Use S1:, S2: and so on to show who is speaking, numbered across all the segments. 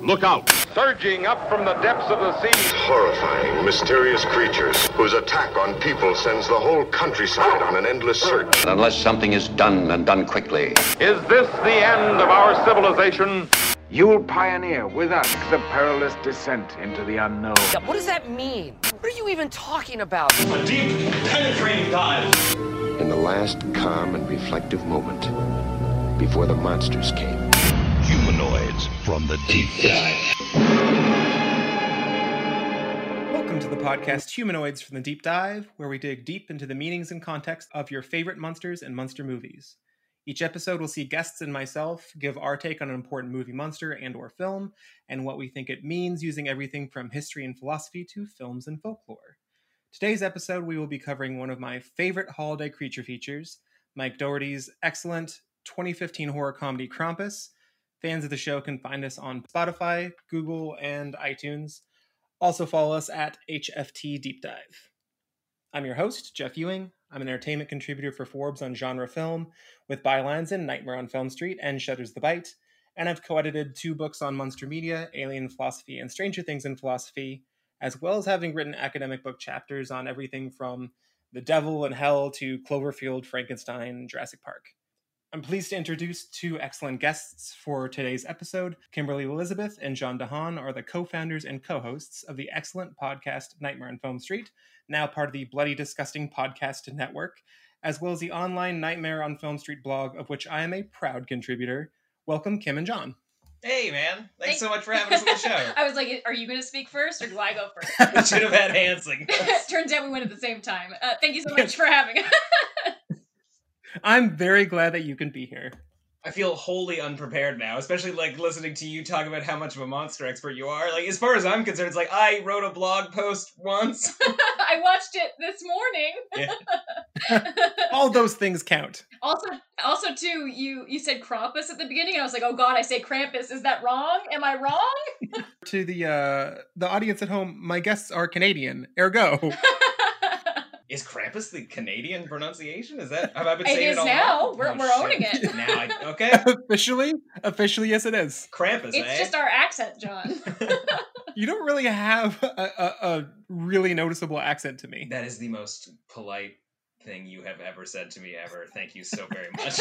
S1: Look out!
S2: Surging up from the depths of the sea,
S3: Horrifying, mysterious creatures whose attack on people sends the whole countryside on an endless search.
S4: Unless something is done and done quickly.
S2: is this the end of our civilization?
S5: You'll pioneer with us the perilous descent into the unknown.
S6: What does that mean? What are you even talking about?
S7: A deep, penetrating dive.
S3: In the last calm and reflective moment before the monsters came.
S8: Humanoids from the deep dive.
S9: Welcome to the podcast Humanoids from the Deep Dive, where we dig deep into the meanings and context of your favorite monsters and monster movies. Each episode will see guests and myself give our take on an important movie monster and or film and what we think it means using everything from history and philosophy to films and folklore. Today's episode we will be covering one of my favorite holiday creature features, Mike Doherty's excellent 2015 horror comedy Krampus. Fans of the show can find us on Spotify, Google, and iTunes. Also, follow us at HFT Deep Dive. I'm your host, Jeff Ewing. I'm an entertainment contributor for Forbes on genre film, with bylines in Nightmare on Film Street and Shutters the Bite. And I've co edited two books on monster media, Alien Philosophy and Stranger Things in Philosophy, as well as having written academic book chapters on everything from the devil and hell to Cloverfield, Frankenstein, Jurassic Park. I'm pleased to introduce two excellent guests for today's episode. Kimberly Elizabeth and John DeHaan are the co founders and co hosts of the excellent podcast Nightmare on Film Street, now part of the Bloody Disgusting Podcast Network, as well as the online Nightmare on Film Street blog, of which I am a proud contributor. Welcome, Kim and John.
S7: Hey, man. Thanks so much for having us on the show.
S10: I was like, are you going to speak first or do I go first?
S7: we should have had hand signals.
S10: Turns out we went at the same time. Uh, thank you so much for having us.
S9: I'm very glad that you can be here.
S7: I feel wholly unprepared now, especially like listening to you talk about how much of a monster expert you are. Like, as far as I'm concerned, it's like I wrote a blog post once.
S10: I watched it this morning.
S9: All those things count.
S10: also, also too, you you said Krampus at the beginning, and I was like, oh god, I say Krampus. Is that wrong? Am I wrong?
S9: To the uh, the audience at home, my guests are Canadian, ergo.
S7: Is Krampus the Canadian pronunciation? Is that have I been
S10: It
S7: saying it,
S10: is
S7: all
S10: now.
S7: wrong?
S10: We're-
S7: Oh,
S10: we're owning
S7: shit.
S10: it.
S7: now. I, okay,
S9: officially, officially, yes, it is.
S7: Krampus. eh?
S10: it's just our accent, John.
S9: You don't really have a, a, a really noticeable accent to me.
S7: That is the most polite thing you have ever said to me ever. Thank you so very much.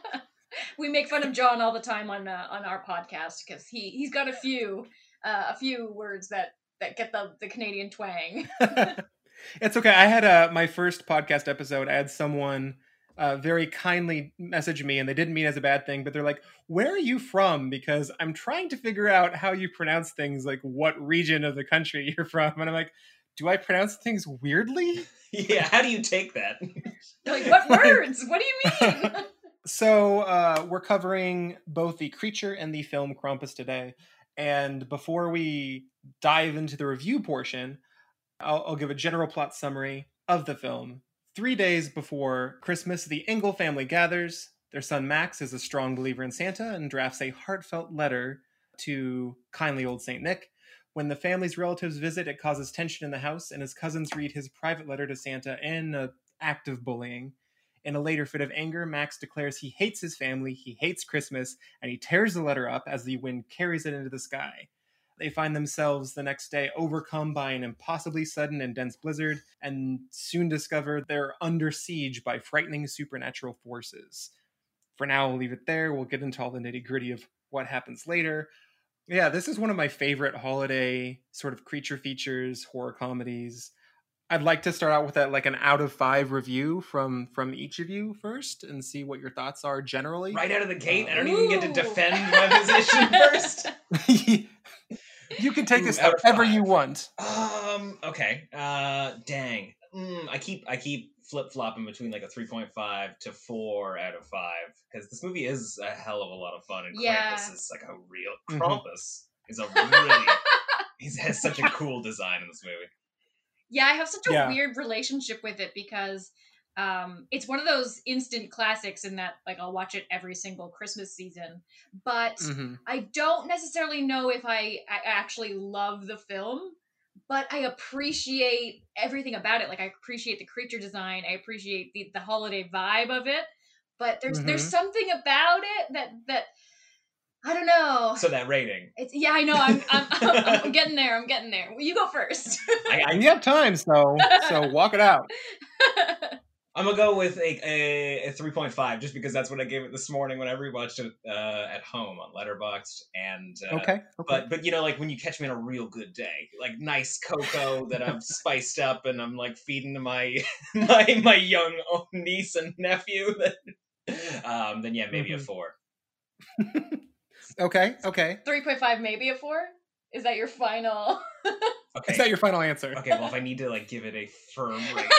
S10: we make fun of John all the time on uh, on our podcast because he he's got a few uh, a few words that that get the the Canadian twang.
S9: it's okay. I had uh my first podcast episode. I had someone uh, very kindly message me, and they didn't mean it as a bad thing, but they're like, "Where are you from?" Because I'm trying to figure out how you pronounce things, like what region of the country you're from, and I'm like, "Do I pronounce things weirdly?"
S7: yeah, how do you take that?
S10: like what
S9: Like-
S10: words? What do you mean?
S9: So uh, we're covering both the creature and the film Krampus today. And before we dive into the review portion, I'll, I'll give a general plot summary of the film. Three days before Christmas, the Engel family gathers. Their son Max is a strong believer in Santa and drafts a heartfelt letter to kindly old Saint Nick. When the family's relatives visit, it causes tension in the house, and his cousins read his private letter to Santa in an act of bullying. In a later fit of anger, Max declares he hates his family, he hates Christmas, and he tears the letter up as the wind carries it into the sky. They find themselves the next day overcome by an impossibly sudden and dense blizzard, and soon discover they're under siege by frightening supernatural forces. For now, we'll leave it there. We'll get into all the nitty gritty of what happens later. Yeah, this is one of my favorite holiday sort of creature features, horror comedies. I'd like to start out with a, like an out of five review from from each of you first, and see what your thoughts are generally.
S7: Right out of the gate, I don't even get to
S10: Ooh.
S7: defend my position first.
S9: you can take
S7: Ooh,
S9: this
S7: out of
S9: however
S7: five.
S9: you want.
S7: Um. Okay. Uh. Dang. Mm, I keep I keep flip flopping between like a three point five to four out of five because this movie is a hell of a lot of fun and
S10: Yeah.
S7: Krampus is like a real
S9: Mhm.
S7: Krampus is a really he has such a cool design in this movie.
S10: Yeah, I have such a
S9: Yeah.
S10: weird relationship with it because um, it's one of those instant classics in that like I'll watch it every single Christmas season, but
S7: Mm-hmm.
S9: Mhm.
S10: I don't necessarily know if I, I actually love the film, but I appreciate everything about it. Like I appreciate the creature design, I appreciate the, the holiday vibe of it, but there's there's something about it that that I don't know.
S7: So that rating.
S10: It's, yeah, I know. I'm, I'm, I'm, I'm getting there. I'm getting there. Well, You go first.
S7: I, I,
S9: And you have time, so so walk it out.
S7: I'm gonna go with a, a, a 3.5 just because that's what I gave it this morning when I rewatched it uh, at home on Letterboxd. And uh,
S9: Okay. okay.
S7: but but you know like when you catch me on a real good day like nice cocoa that i've spiced up and i'm like feeding to my my my young niece and nephew that, um then yeah maybe a
S9: Mhm.
S7: four
S9: okay. Okay.
S10: Three point five, maybe a four. Is that your final?
S7: okay
S9: Is that your final answer?
S7: okay well if i need to like give it a firm rating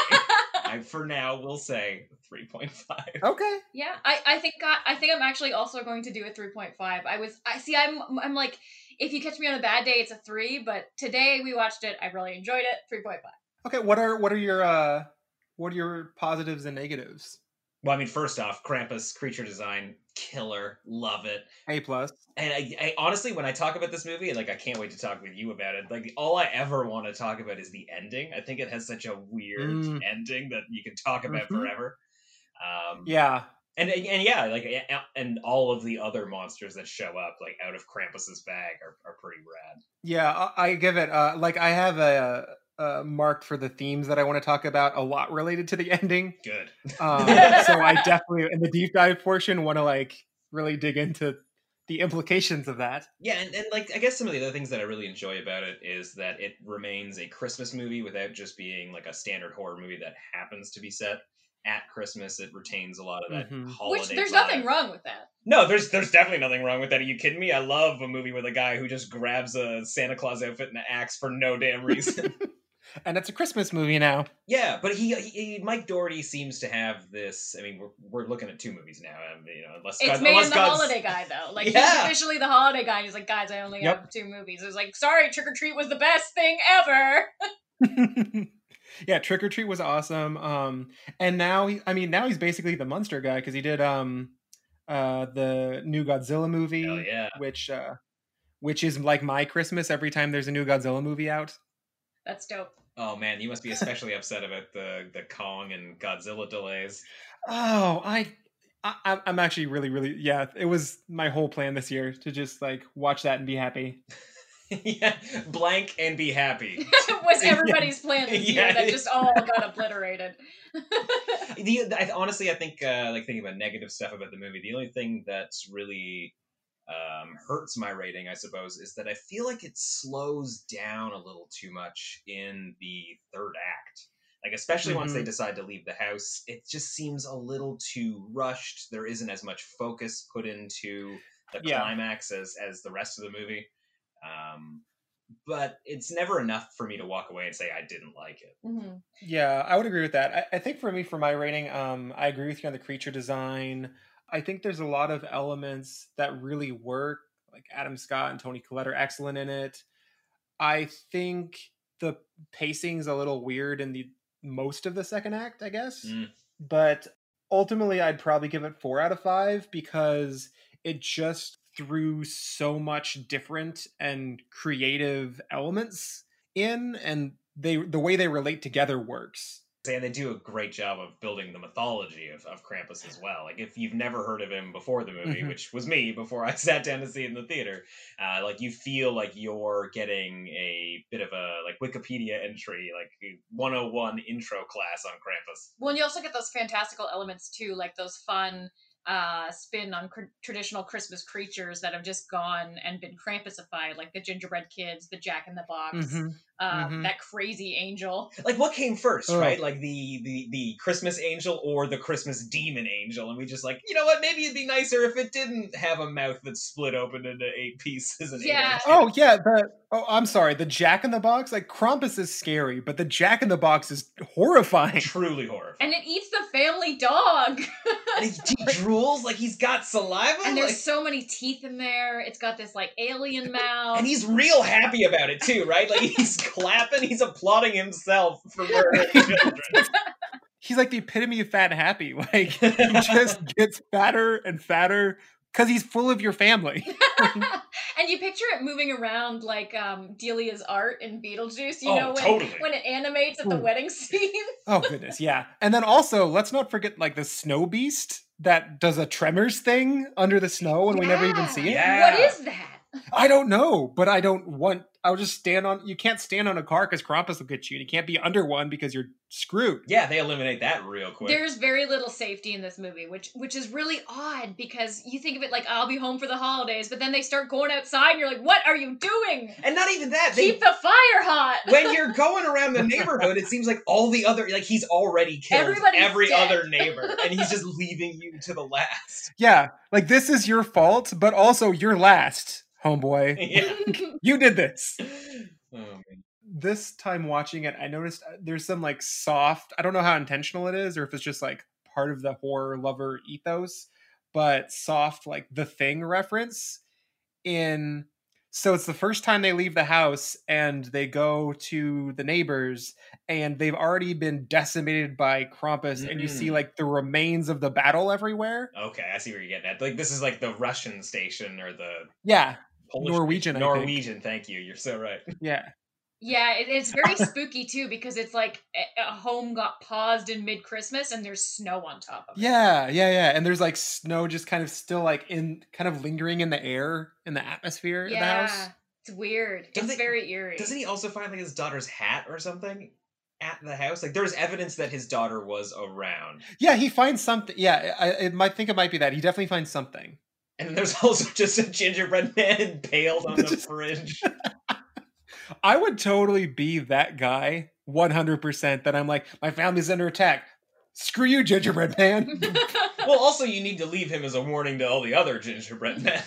S7: i for now will say 3.5
S9: Okay.
S10: Yeah, I, I think I, I think I'm actually also going to do a 3.5. I was I see I'm I'm like if you catch me on a bad day it's a 3, but today we watched it. I really enjoyed it. 3.5.
S9: Okay. What are what are your uh what are your positives and negatives?
S7: well i mean first off krampus creature design killer love it
S9: A plus.
S7: and I, I honestly when i talk about this movie like i can't wait to talk with you about it like all i ever want to talk about is the ending i think it has such a weird
S9: Mm.
S7: ending that you can talk about
S9: Mhm.
S7: forever um
S9: Yeah.
S7: and, and and yeah like a- a- and all of the other monsters that show up like out of krampus's bag are, are pretty rad
S9: Yeah, I, I give it. Uh, like I have a, a mark for the themes that I want to talk about. A lot related to the ending,
S7: good
S9: um, so I definitely in the deep dive portion want to like really dig into the implications of that.
S7: yeah and, and like i guess some of the other things that i really enjoy about it is that it remains a christmas movie without just being like a standard horror movie that happens to be set at christmas it retains a lot of that
S9: Mhm.
S7: holiday
S10: Which there's
S7: vibe.
S10: nothing wrong with that.
S7: No, there's there's definitely nothing wrong with that. Are you kidding me? I love a movie with a guy who just grabs a Santa Claus outfit and an axe for no damn reason.
S9: And it's a Christmas movie now.
S7: yeah, but he, he Mike Doherty seems to have this. I mean, we're, we're looking at two movies now. um, you know, unless
S10: It's
S7: God-
S10: made
S7: unless
S10: him the
S7: God's-
S10: holiday guy though. Like
S7: Yeah.
S10: he's officially the holiday guy. He's like, guys, I only
S9: Yep.
S10: have two movies. It was like, sorry, Trick or Treat was the best thing ever.
S9: yeah, Trick or Treat was awesome. Um, and now he, I mean, now he's basically the monster guy because he did um, uh, the new Godzilla movie,
S7: Hell yeah.
S9: which uh, which is like my Christmas every time there's a new Godzilla movie out.
S10: That's dope.
S7: Oh man, you must be especially upset about the the Kong and Godzilla delays.
S9: Oh, I, I I'm- I'm actually really really yeah. It was my whole plan this year to just like watch that and be happy.
S7: yeah, blank and be happy.
S10: was everybody's plan this year
S7: Yeah.
S10: that just all got obliterated.
S7: the, the- I, honestly, I think uh, like thinking about negative stuff about the movie. The only thing that's really um, hurts my rating, I suppose, is that I feel like it slows down a little too much in the third act. Like especially once they
S9: Mhm.
S7: decide to leave the house, it just seems a little too rushed. There isn't as much focus put into the
S9: Yeah.
S7: climax as as the rest of the movie. Um, but it's never enough for me to walk away and say I didn't like it.
S10: Mhm.
S9: Yeah, I would agree with that. I, I think for me, for my rating, um, I agree with you on the creature design. I think there's a lot of elements that really work. Like Adam Scott and Tony Collette are excellent in it. I think the pacing's a little weird in the most of the second act, I guess.
S7: Mm.
S9: But ultimately, I'd probably give it four out of five because it just threw so much different and creative elements in, and they the way they relate together works.
S7: and they do a great job of building the mythology of, of Krampus as well. Like if you've never heard of him before the movie,
S9: Mhm.
S7: which was me before I sat down to see it in the theater, uh, like you feel like you're getting a bit of a like Wikipedia entry, like 101 intro class on Krampus.
S10: Well, and you also get those fantastical elements too, like those fun uh, spin on cr- traditional Christmas creatures that have just gone and been Krampusified, like the gingerbread kids, the Jack in the Box,
S7: Mm-hmm,
S9: Mhm.
S10: um,
S9: mhm.
S10: that crazy angel.
S7: Like what came first,
S9: Ugh.
S7: right? Like the the the Christmas angel or the Christmas demon angel, and we just like you know what? Maybe it'd be nicer if it didn't have a mouth that's split open into eight pieces. And eight
S10: Yeah.
S7: arms.
S9: Oh yeah, the oh I'm sorry, the Jack in the Box. Like Krampus is scary, but the Jack in the Box is horrifying.
S7: truly
S10: And
S7: horrifying.
S10: it eats the family dog.
S7: and he, he drools like he's got saliva.
S10: and
S7: like-
S10: there's so many teeth in there. It's got this like alien mouth.
S7: and he's real happy about it too, right? Like he's clapping, he's applauding himself for murdering children.
S9: He's like the epitome of fat and happy. Like he just gets fatter and fatter because he's full of your family.
S10: and you picture it moving around like um, Delia's art in Beetlejuice. You
S7: Oh,
S10: know when,
S7: totally.
S10: when it animates at the
S9: Ooh.
S10: wedding scene.
S9: oh goodness, yeah. And then also, let's not forget like the snow beast that does a tremors thing under the snow, and we never even see it.
S7: Yeah.
S10: What is that?
S9: I don't know, but I don't want. I'll just stand on. You can't stand on a car because Krampus will get you, and you can't be under one because you're screwed.
S7: Yeah, they eliminate that real quick.
S10: There's very little safety in this movie, which which is really odd because you think of it like I'll be home for the holidays, but then they start going outside, and you're like, "What are you doing?
S7: and not even that. They,
S10: Keep the fire hot."
S7: when you're going around the neighborhood, it seems like all the other like he's already killed
S10: Everybody's
S7: every
S10: dead.
S7: other neighbor, and he's just leaving you to the last.
S9: Yeah, like this is your fault, but also your last, homeboy.
S7: Yeah.
S9: You did this.
S7: Oh, man.
S9: This time watching it, I noticed uh, there's some like soft, I don't know how intentional it is or if it's just like part of the horror lover ethos, but soft, like the thing reference in. So it's the first time they leave the house and they go to the neighbors and they've already been decimated by Krampus and you see
S7: Mm.
S9: like the remains of the battle everywhere.
S7: Okay, I see where you're getting at. Like this is like the Russian station or the
S9: Yeah.
S7: Polish
S9: Norwegian, I think.
S7: Norwegian. Thank you. You're so right.
S9: Yeah.
S10: Yeah, it, it's very spooky too because it's like a, a home got paused in mid Christmas and there's snow on top of it.
S9: Yeah, yeah, yeah. And there's like snow just kind of still like in kind of lingering in the air in the atmosphere of the house.
S10: It's weird.
S7: Doesn't
S10: it's
S7: it-
S10: very eerie.
S7: Doesn't he also find like his daughter's hat or something at the house? Like there's evidence that his daughter was around.
S9: Yeah, he finds something. Yeah, I, I might think it might be that. He definitely finds something.
S7: And then there's also just a gingerbread man impaled on the
S9: Just-
S7: fridge.
S9: I would totally be that guy 100% that I'm like, my family's under attack. Screw you, gingerbread man.
S7: well, also you need to leave him as a warning to all the other gingerbread men.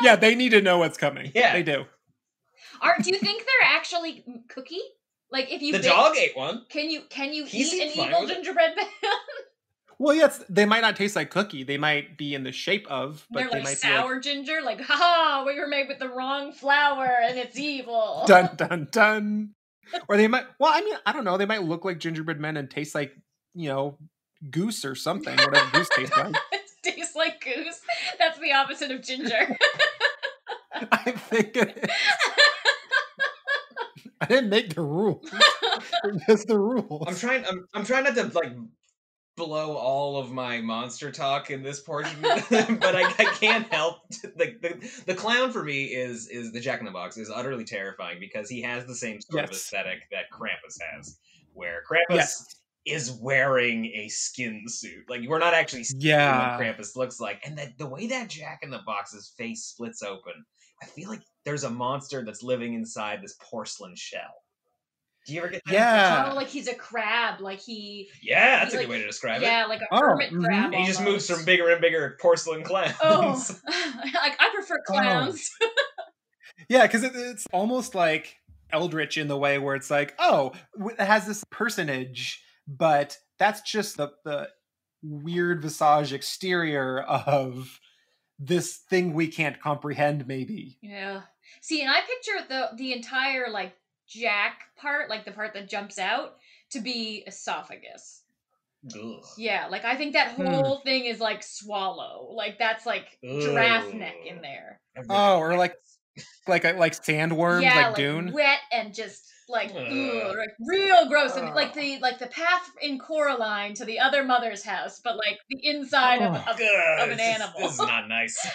S9: yeah, they need to know what's coming.
S7: Yeah.
S9: They do.
S10: Are do you think they're actually cookie? Like if you
S7: the
S10: bake-
S7: dog ate one.
S10: can you can you
S7: He
S10: eat
S7: seemed
S10: an
S7: fine
S10: evil
S7: with it.
S10: gingerbread man?
S9: Well, yes, they might not taste like cookie. They might be in the shape of, but
S10: they're
S9: they
S10: like
S9: might
S10: sour ginger, like ha, we were made with the wrong flour and it's evil.
S9: be like, dun, dun, dun. Or they might, well, I mean, I don't know. They might look like gingerbread men and taste like, you know, goose or something, whatever goose tastes like.
S10: it tastes like goose. That's the opposite of ginger.
S9: I think it is. I didn't make the rule. That's the rule.
S7: I'm trying. I'm, I'm trying not to like blow all of my monster talk in this portion, but I, I can't help. Like the, the clown for me is is the Jack in the Box is utterly terrifying because he has the same sort of
S9: Yes.
S7: aesthetic that Krampus has, where Krampus is wearing a skin suit. Like we're not actually seeing
S9: Yeah.
S7: what Krampus looks like, and that the way that Jack in the Box's face splits open, I feel like there's a monster that's living inside this porcelain shell. Do you ever get that?
S9: Yeah.
S10: Oh, like he's a crab. Like he,
S7: Yeah, that's
S10: He's
S7: a good
S10: like-
S7: way to describe it.
S10: yeah, like a
S9: Oh,
S10: hermit
S9: mhm.
S10: crab.
S7: And he just moves
S10: almost.
S7: from bigger and bigger porcelain clowns.
S10: Oh, like I prefer
S9: Oh.
S10: clowns.
S9: Yeah, because it, it's almost like Eldritch in the way where it's like, oh, w- it has this personage, but that's just the, the weird visage exterior of this thing we can't comprehend, maybe.
S10: Yeah. See, and I picture the the entire like Jack part, like the part that jumps out, to be esophagus.
S7: Ugh.
S10: Yeah, like I think that
S9: Hmm.
S10: whole thing is like swallow. Like that's like giraffe neck in
S7: Ooh.
S10: there.
S7: I really
S9: Oh, or like like uh, like sandworms,
S10: yeah,
S9: like, Dune.
S10: wet and just like, ugh,
S7: Ugh.
S10: like real gross. And like the like the path in Coraline to the other mother's house, but like the inside of,
S9: Oh.
S10: of
S7: Ugh,
S10: an
S7: this is-
S10: animal.
S7: This is not nice.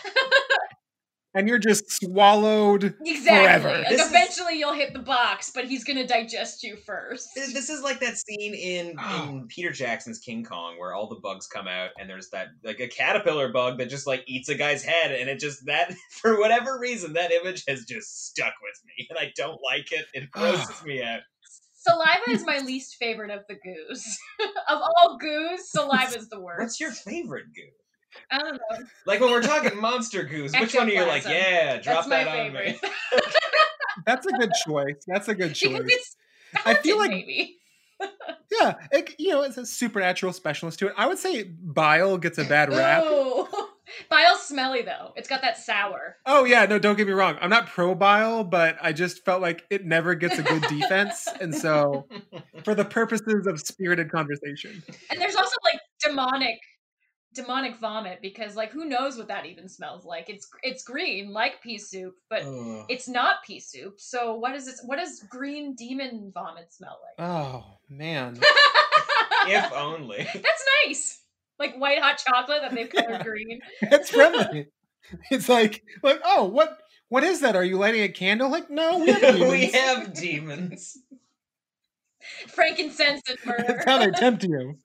S9: and you're just swallowed.
S10: exactly.
S9: Forever.
S10: Like
S7: This is-
S10: eventually you'll hit the box, but he's gonna digest you first.
S7: Th- this is like that scene in, in Peter Jackson's King Kong where all the bugs come out and there's that like a caterpillar bug that just like eats a guy's head and it just that for whatever reason that image has just stuck with me and I don't like it. It grosses me out.
S10: Saliva is my least favorite of the goos. of all goos, saliva is the worst.
S7: What's your favorite goo?
S10: I don't know.
S7: Like when we're talking monster goos, which one are you like?
S10: Ectoplasm.
S7: Yeah, drop
S10: That's my
S7: that on
S10: favorite.
S7: me.
S9: That's a good choice. That's a good choice.
S10: because it's
S9: I feel
S10: haunted,
S9: like-
S10: maybe.
S9: Yeah, it, you know, it's a supernatural specialist to it. I would say bile gets a bad rap.
S10: Ooh. Bile's smelly though. It's got that sour.
S9: Oh yeah, no, don't get me wrong. I'm not pro bile, but I just felt like it never gets a good defense, and so for the purposes of spirited conversation,
S10: And there's also like demonic demonic vomit because like who knows what that even smells like? It's it's green like pea soup, but
S7: Ugh.
S10: it's not pea soup. So what is it? What does green demon vomit smell like?
S9: Oh man.
S7: if only.
S10: That's nice. Like white hot chocolate that they've colored
S9: Yeah.
S10: green.
S9: It's friendly. it's like, like, oh, what what is that? Are you lighting a candle? Like, no, we have
S7: we
S9: demons.
S7: have demons.
S10: Frankincense and
S9: That's
S10: myrrh.
S9: how they tempt you.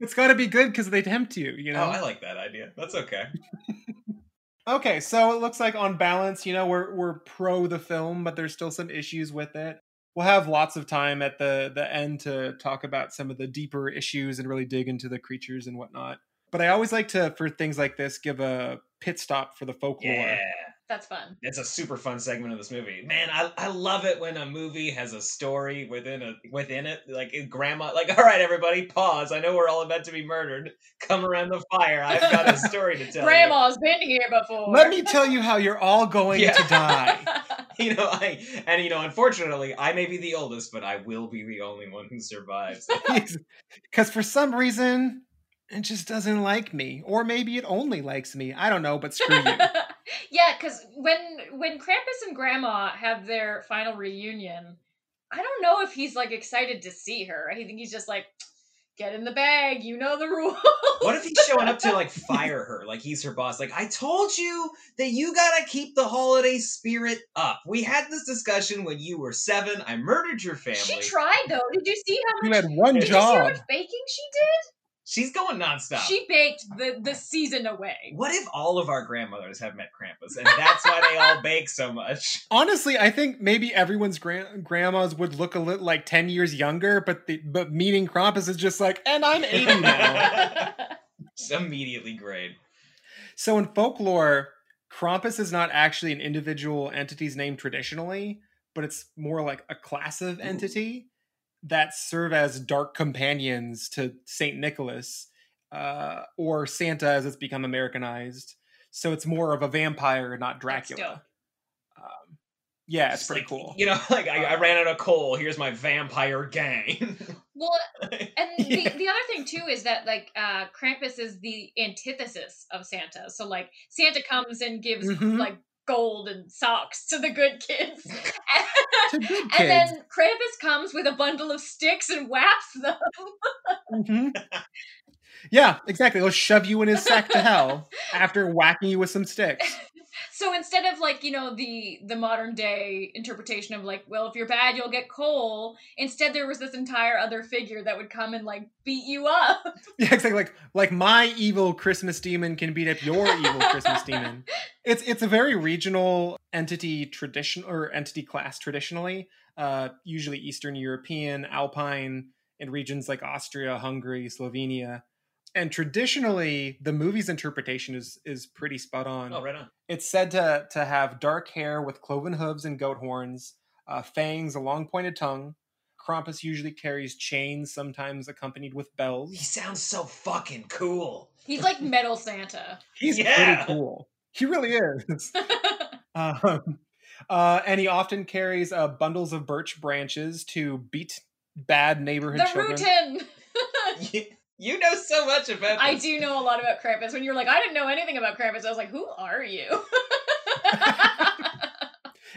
S9: It's got to be good because they tempt you, you know.
S7: Oh, I like that idea. That's okay.
S9: Okay, so it looks like on balance, you know, we're we're pro the film, but there's still some issues with it. We'll have lots of time at the the end to talk about some of the deeper issues and really dig into the creatures and whatnot. But I always like to, for things like this, give a pit stop for the folklore.
S7: Yeah.
S10: That's fun.
S7: It's a super fun segment of this movie. Man, I, I love it when a movie has a story within a within it. Like it- grandma like, all right, everybody, pause. I know we're all about to be murdered. Come around the fire. I've got a story to tell. you."
S10: Grandma's been here before.
S9: Let me tell you how you're all going
S7: Yeah.
S9: to die.
S7: You know, I and you know, unfortunately, I may be the oldest, but I will be the only one who survives.
S9: Because for some reason, it just doesn't like me. Or maybe it only likes me. I don't know, but screw you.
S10: yeah, because when when Krampus and Grandma have their final reunion, I don't know if he's like excited to see her. I think he's just like, get in the bag, you know the rules.
S7: What if he's showing up to like fire her? Like he's her boss. Like I told you that you gotta keep the holiday spirit up. We had this discussion when you were seven. I murdered your family.
S10: She tried though. Did you see how
S9: You
S10: much?
S9: had one
S10: Did you see how
S9: job.
S10: much baking she did?
S7: She's going nonstop.
S10: She baked the the season away.
S7: What if all of our grandmothers have met Krampus and that's why they all bake so much?
S9: Honestly, I think maybe everyone's gran- grandmas would look a little like 10 years younger, but the but meeting Krampus is just like, and I'm 80 now.
S7: She's immediately grade.
S9: so in folklore, Krampus is not actually an individual entity's name traditionally, but it's more like a class of entity that serve as dark companions to Saint Nicholas uh, or Santa as it's become Americanized. So it's more of a vampire, not
S10: That's
S9: Dracula.
S10: dope.
S9: Um, yeah, it's
S7: Just
S9: pretty
S7: like,
S9: cool.
S7: You know, like I, I ran out of coal. Here's my vampire gang.
S10: Well, and the, the other thing too is that like uh Krampus is the antithesis of Santa. So like Santa comes and gives
S9: Mhm.
S10: like gold and socks to the good kids.
S9: To good kids.
S10: and then Krampus comes with a bundle of sticks and whaps them.
S9: Mhm. yeah, exactly. He'll shove you in his sack to hell after whacking you with some sticks.
S10: So instead of like, you know, the the modern day interpretation of like, well, if you're bad, you'll get coal, instead there was this entire other figure that would come and like beat you up.
S9: Yeah, exactly. Like like my evil Christmas demon can beat up your evil Christmas demon. It's it's a very regional entity tradition or entity class traditionally. Uh, usually Eastern European, Alpine, in regions like Austria, Hungary, Slovenia. And traditionally, the movie's interpretation is is pretty spot on.
S7: oh, right on.
S9: It's said to to have dark hair with cloven hooves and goat horns, uh, fangs, a long pointed tongue. Krampus usually carries chains, sometimes accompanied with
S7: He
S9: bells.
S7: sounds so fucking cool.
S10: He's like metal Santa.
S9: He's
S7: Yeah.
S9: pretty cool. He really is. um, uh, and he often carries uh, bundles of birch branches to beat bad neighborhood
S10: the
S9: children.
S10: Rutan.
S7: You, you know so much about.
S10: I
S7: this.
S10: do know a lot about Krampus. When you were like, I didn't know anything about Krampus, I was like, who are you?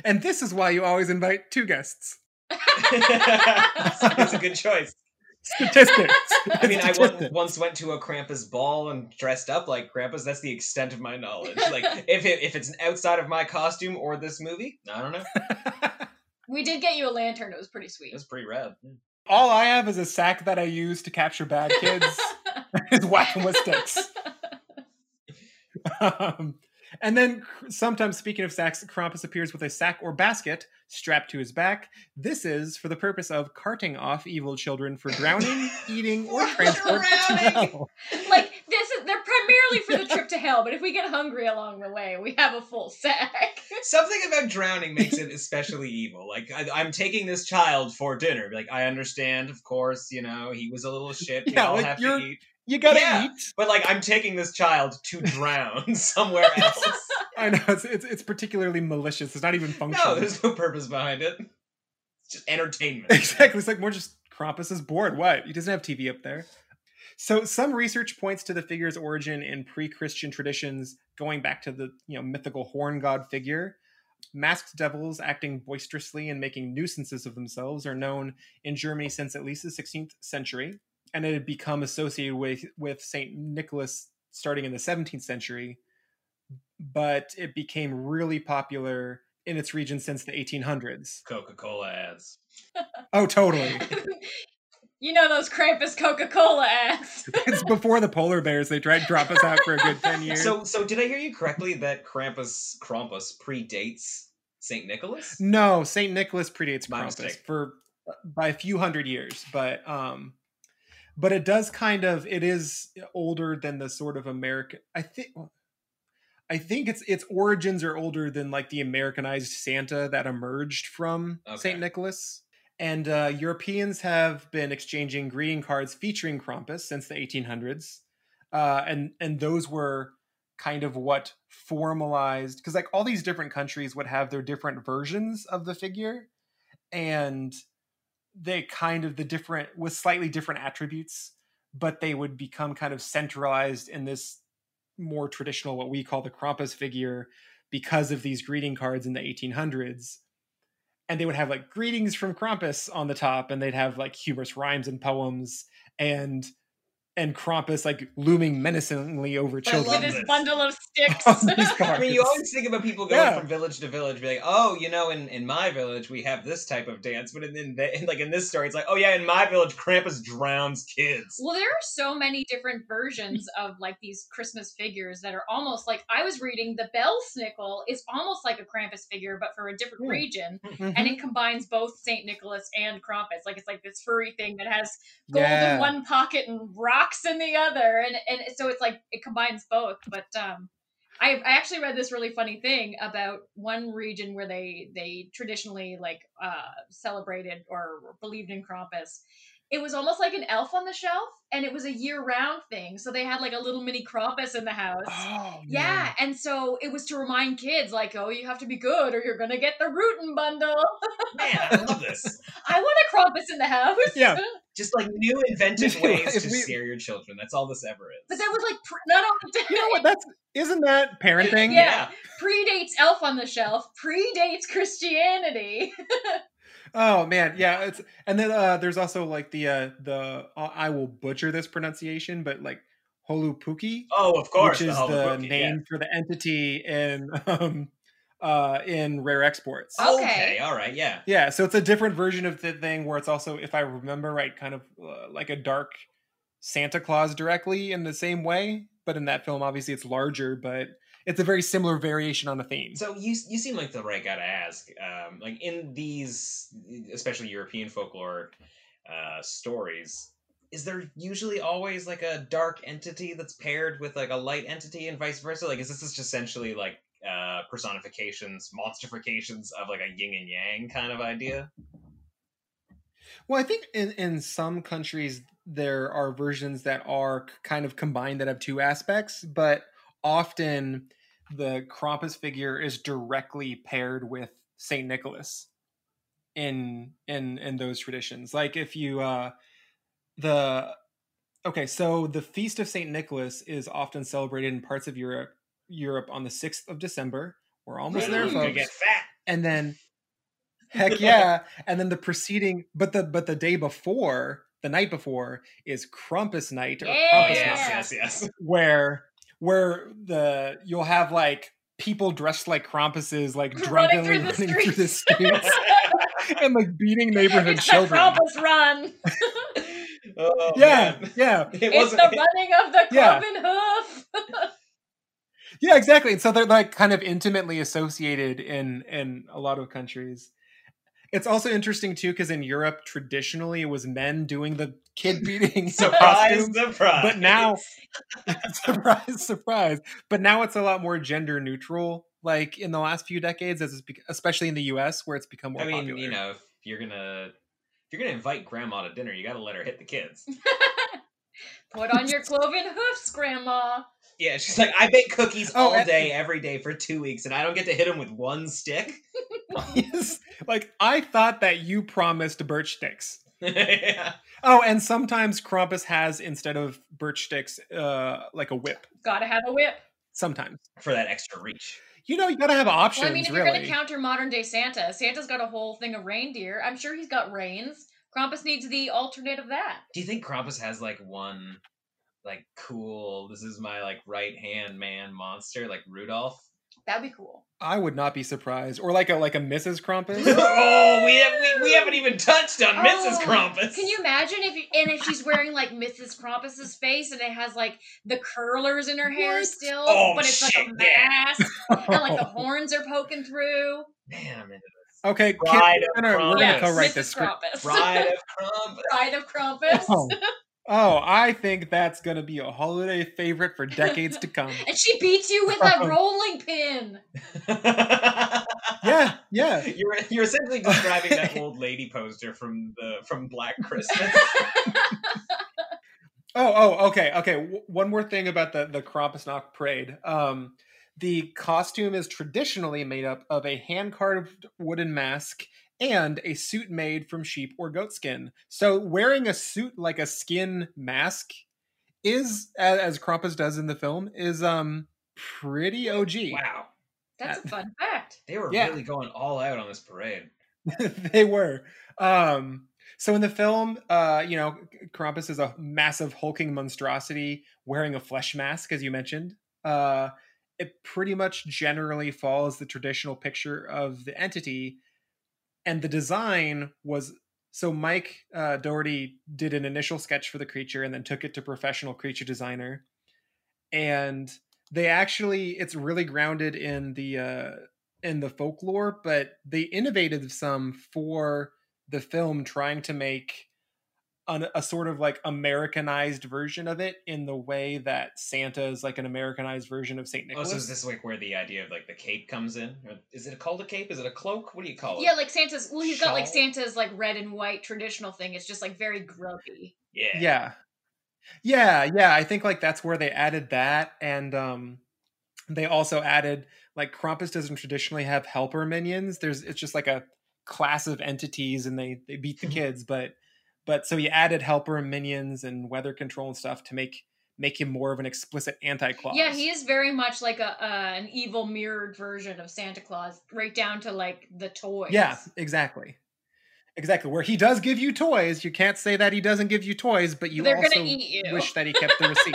S9: And this is why you always invite two guests.
S7: it's a good choice.
S9: Statistics.
S7: I mean, I
S9: Statistics.
S7: on- once went to a Krampus ball and dressed up like Krampus. That's the extent of my knowledge. Like, if it, if it's outside of my costume or this movie, I don't know.
S10: we did get you a lantern. It was pretty
S7: It
S10: sweet.
S7: was pretty rad.
S9: All I have is a sack that I use to capture bad kids. is whack them with sticks. um, and then cr- sometimes, speaking of sacks, Krampus appears with a sack or basket strapped to his back. This is for the purpose of carting off evil children for drowning, eating, or transport to
S7: Drowning.
S9: hell.
S10: like this is they're primarily for the trip to hell, but if we get hungry along the way, we have a full sack.
S7: Something about drowning makes it especially evil. Like, I, I'm taking this child for dinner. Like, I understand, of course. You know, he was a little shit. We
S9: Yeah,
S7: all
S9: like,
S7: have to
S9: you're-
S7: eat.
S9: You gotta
S7: Yeah.
S9: eat.
S7: But like, I'm taking this child to drown somewhere else.
S9: I know it's, it's it's particularly malicious. It's not even functional.
S7: no, there's no purpose behind it. It's just entertainment.
S9: Exactly. It's like more just Krampus is bored. What? He doesn't have TV up there. So some research points to the figure's origin in pre-Christian traditions, going back to the you know mythical horn god figure. Masked devils acting boisterously and making nuisances of themselves are known in Germany since at least the 16th century, and it had become associated with with Saint Nicholas starting in the 17th century. But it became really popular in its region since the 1800s.
S7: Coca Cola ads.
S9: Oh, totally.
S10: You know those Krampus Coca Cola ads.
S9: it's before the polar bears. They tried to drop us out for a good 10 years.
S7: So, so did I hear you correctly that Krampus Krampus predates Saint Nicholas?
S9: No, Saint Nicholas predates
S7: My
S9: Krampus
S7: mistake.
S9: for uh, by a few hundred years, but um, but it does kind of it is older than the sort of American. I think I think its its origins are older than like the Americanized Santa that emerged from
S7: Okay.
S9: Saint Nicholas. And uh, Europeans have been exchanging greeting cards featuring Krampus since the 1800s, uh, and and those were kind of what formalized because like all these different countries would have their different versions of the figure and they kind of the different with slightly different attributes but they would become kind of centralized in this more traditional what we call the krampus figure because of these greeting cards in the 1800s and they would have like greetings from krampus on the top and they'd have like humorous rhymes and poems and and krampus like looming menacingly over
S7: I love
S9: children
S10: With
S7: this.
S10: his bundle of sticks.
S9: on these cards.
S7: I mean, you always think about people going
S9: Yeah.
S7: from village to village, be like, "Oh, you know, in, in my village we have this type of dance," but in, in the, in, like in this story, it's like, "Oh yeah, in my village, Krampus drowns kids."
S10: Well, there are so many different versions of like these Christmas figures that are almost like I was reading the Bell Snickle is almost like a Krampus figure, but for a different region,
S9: Mhm.
S7: Mm-hmm.
S10: and it combines both Saint Nicholas and Krampus. Like it's like this furry thing that has gold
S9: Yeah.
S10: in one pocket and rocks in the other, and and so it's like it combines both. But um, I I actually read this really funny thing about one region where they they traditionally like uh celebrated or believed in Krampus it was almost like an elf on the shelf and it was a year round thing. So they had like a little mini Krampus in the house.
S9: Oh,
S10: yeah. And so it was to remind kids, like, oh, you have to be good or you're going to get the rootin' bundle.
S7: Man, I love this.
S10: I want a Krampus in the house.
S9: Yeah.
S7: Just like new inventive
S9: If
S7: ways to
S9: we-
S7: scare your children. That's all this ever is.
S10: But that was like, pr- not only
S9: You know what? That's isn't that parenting?
S10: yeah. predates Elf on the Shelf, predates Christianity.
S9: Oh man, yeah. It's and then uh, there's also like the uh, the uh, I will butcher this pronunciation, but like Holupuki,
S7: Oh, of course,
S9: which is the,
S7: Holocaust, yeah.
S9: name for the entity in um, uh, in rare exports.
S10: Oh.
S7: Okay.
S10: Okay.
S7: all right, yeah.
S9: Yeah, so it's a different version of the thing where it's also, if I remember right, kind of uh, like a dark Santa Claus directly in the same way. But in that film, obviously, it's larger, but it's a very similar variation on a theme.
S7: So you you seem like the right guy to ask. Um, like in these, especially European folklore uh, stories, is there usually always like a dark entity that's paired with like a light entity and vice versa? Like is this just essentially like uh, personifications, monstrifications of like a yin and yang kind of idea?
S9: Well, I think in, in some countries there are versions that are k- kind of combined that have two aspects, but often the Krampus figure is directly paired with Saint Nicholas in in in those traditions. Like if you uh the okay, so the feast of Saint Nicholas is often celebrated in parts of Europe Europe on the 6th of December. We're almost there,
S7: Ooh, you
S9: folks
S7: get fat.
S9: and then heck yeah and then the preceding but the but the day before the night before is Krampus night or
S10: Yeah.
S7: Oh
S9: Krampus
S7: yes,
S9: night,
S7: yes, yes.
S9: where where the you'll have like people dressed like Krampuses like
S10: Running
S9: drunkenly
S10: through the
S9: running through the streets and like beating neighborhood
S10: it's the
S9: children.
S10: Krampus run.
S7: Oh,
S9: yeah,
S7: man.
S9: yeah.
S7: It
S10: It's
S7: wasn't.
S10: the running of the
S9: Yeah.
S10: Krampus hoof.
S9: Yeah, exactly. And so they're like kind of intimately associated in in a lot of countries. It's also interesting too because in Europe traditionally it was men doing the kid beating
S7: surprise,
S9: costume,
S7: surprise.
S9: but now surprise surprise, but now it's a lot more gender neutral like in the last few decades as it's bec especially in the US where it's become more
S7: I mean,
S9: popular.
S7: you know, if you're gonna if you're gonna invite grandma to dinner, you gotta let her hit the kids.
S10: Put on your cloven hoofs, Grandma.
S7: Yeah, she's like, I bake cookies
S9: Oh,
S7: all
S9: and-
S7: day, every day for two weeks, and I don't get to hit them with one stick.
S9: Yes. Like I thought that you promised birch sticks.
S7: yeah.
S9: Oh, and sometimes Krampus has instead of birch sticks, uh, like a whip.
S10: Gotta have a whip.
S9: Sometimes
S7: For that extra reach.
S9: you know you gotta have options.
S10: Well, I mean, if you're
S9: really,
S10: going to counter modern day Santa, Santa's got a whole thing of reindeer. I'm sure he's got reins. Krampus needs the alternate of that.
S7: Do you think Krampus has like one, like cool? This is my like right hand man monster, like Rudolph.
S10: That'd be cool.
S9: I would not be surprised, or like a like a Mrs. Krampus.
S7: oh, we, have, we we haven't even touched on Mrs.
S10: Oh,
S7: Krampus.
S10: Can you imagine if you, and if she's wearing like Mrs. Krampus's face and it has like the curlers in her hair
S9: What?
S10: still,
S7: Oh,
S10: but it's like a
S7: shit, yeah.
S10: mask and like the horns are poking through.
S7: Man, I'm into this.
S9: okay, Kim,
S7: Bride
S9: we're
S7: of
S9: gonna, we're gonna
S7: Yes,
S9: co-write
S10: Mrs.
S9: this script.
S10: Krampus.
S7: Bride of Krampus.
S10: Bride of Krampus.
S9: Oh. oh, I think that's gonna be a holiday favorite for decades to come.
S10: And she beats you with
S9: Oh.
S10: a rolling pin.
S9: Yeah, yeah.
S7: you're you're essentially describing that old lady poster from the from Black Christmas.
S9: Oh, oh, okay, okay. W- one more thing about the the Krampusnacht parade. Um, the costume is traditionally made up of a hand carved wooden mask and a suit made from sheep or goat skin. So wearing a suit like a skin mask is, as, as Krampus does in the film, is um pretty OG.
S7: wow,
S10: That's a fun fact.
S7: they were
S9: Yeah.
S7: really going all out on this parade.
S9: they were. Um, so in the film, uh, you know, Krampus is a massive hulking monstrosity wearing a flesh mask, as you mentioned. Uh, it pretty much generally follows the traditional picture of the entity, and the design was so. Mike uh, Doherty did an initial sketch for the creature and then took it to professional creature designer, and they actually it's really grounded in the uh, in the folklore, but they innovated some for the film, trying to make an, a sort of like Americanized version of it in the way that Santa is like an Americanized version of Saint
S7: Oh,
S9: Nicholas.
S7: so is this like where the idea of like the cape comes in? Or is it called a cape? Is it a cloak? What do you call it?
S10: Yeah, like Santa's. Well, he's got like
S7: Oh. Shawl?
S10: Santa's like red and white traditional thing. It's just like very grubby.
S7: yeah.
S9: yeah yeah yeah i think like that's where they added that and um they also added like krampus doesn't traditionally have helper minions there's it's just like a class of entities and they they beat the
S10: Mm-hmm.
S9: kids but but so he added helper and minions and weather control and stuff to make make him more of an explicit anti-clause
S10: Yeah, he is very much like a uh, an evil mirrored version of Santa Claus, right down to like the toys.
S9: yeah exactly exactly where he does give you toys you can't say that he doesn't give you toys but you
S10: they're
S9: also
S10: gonna eat you.
S9: wish that he kept the receipt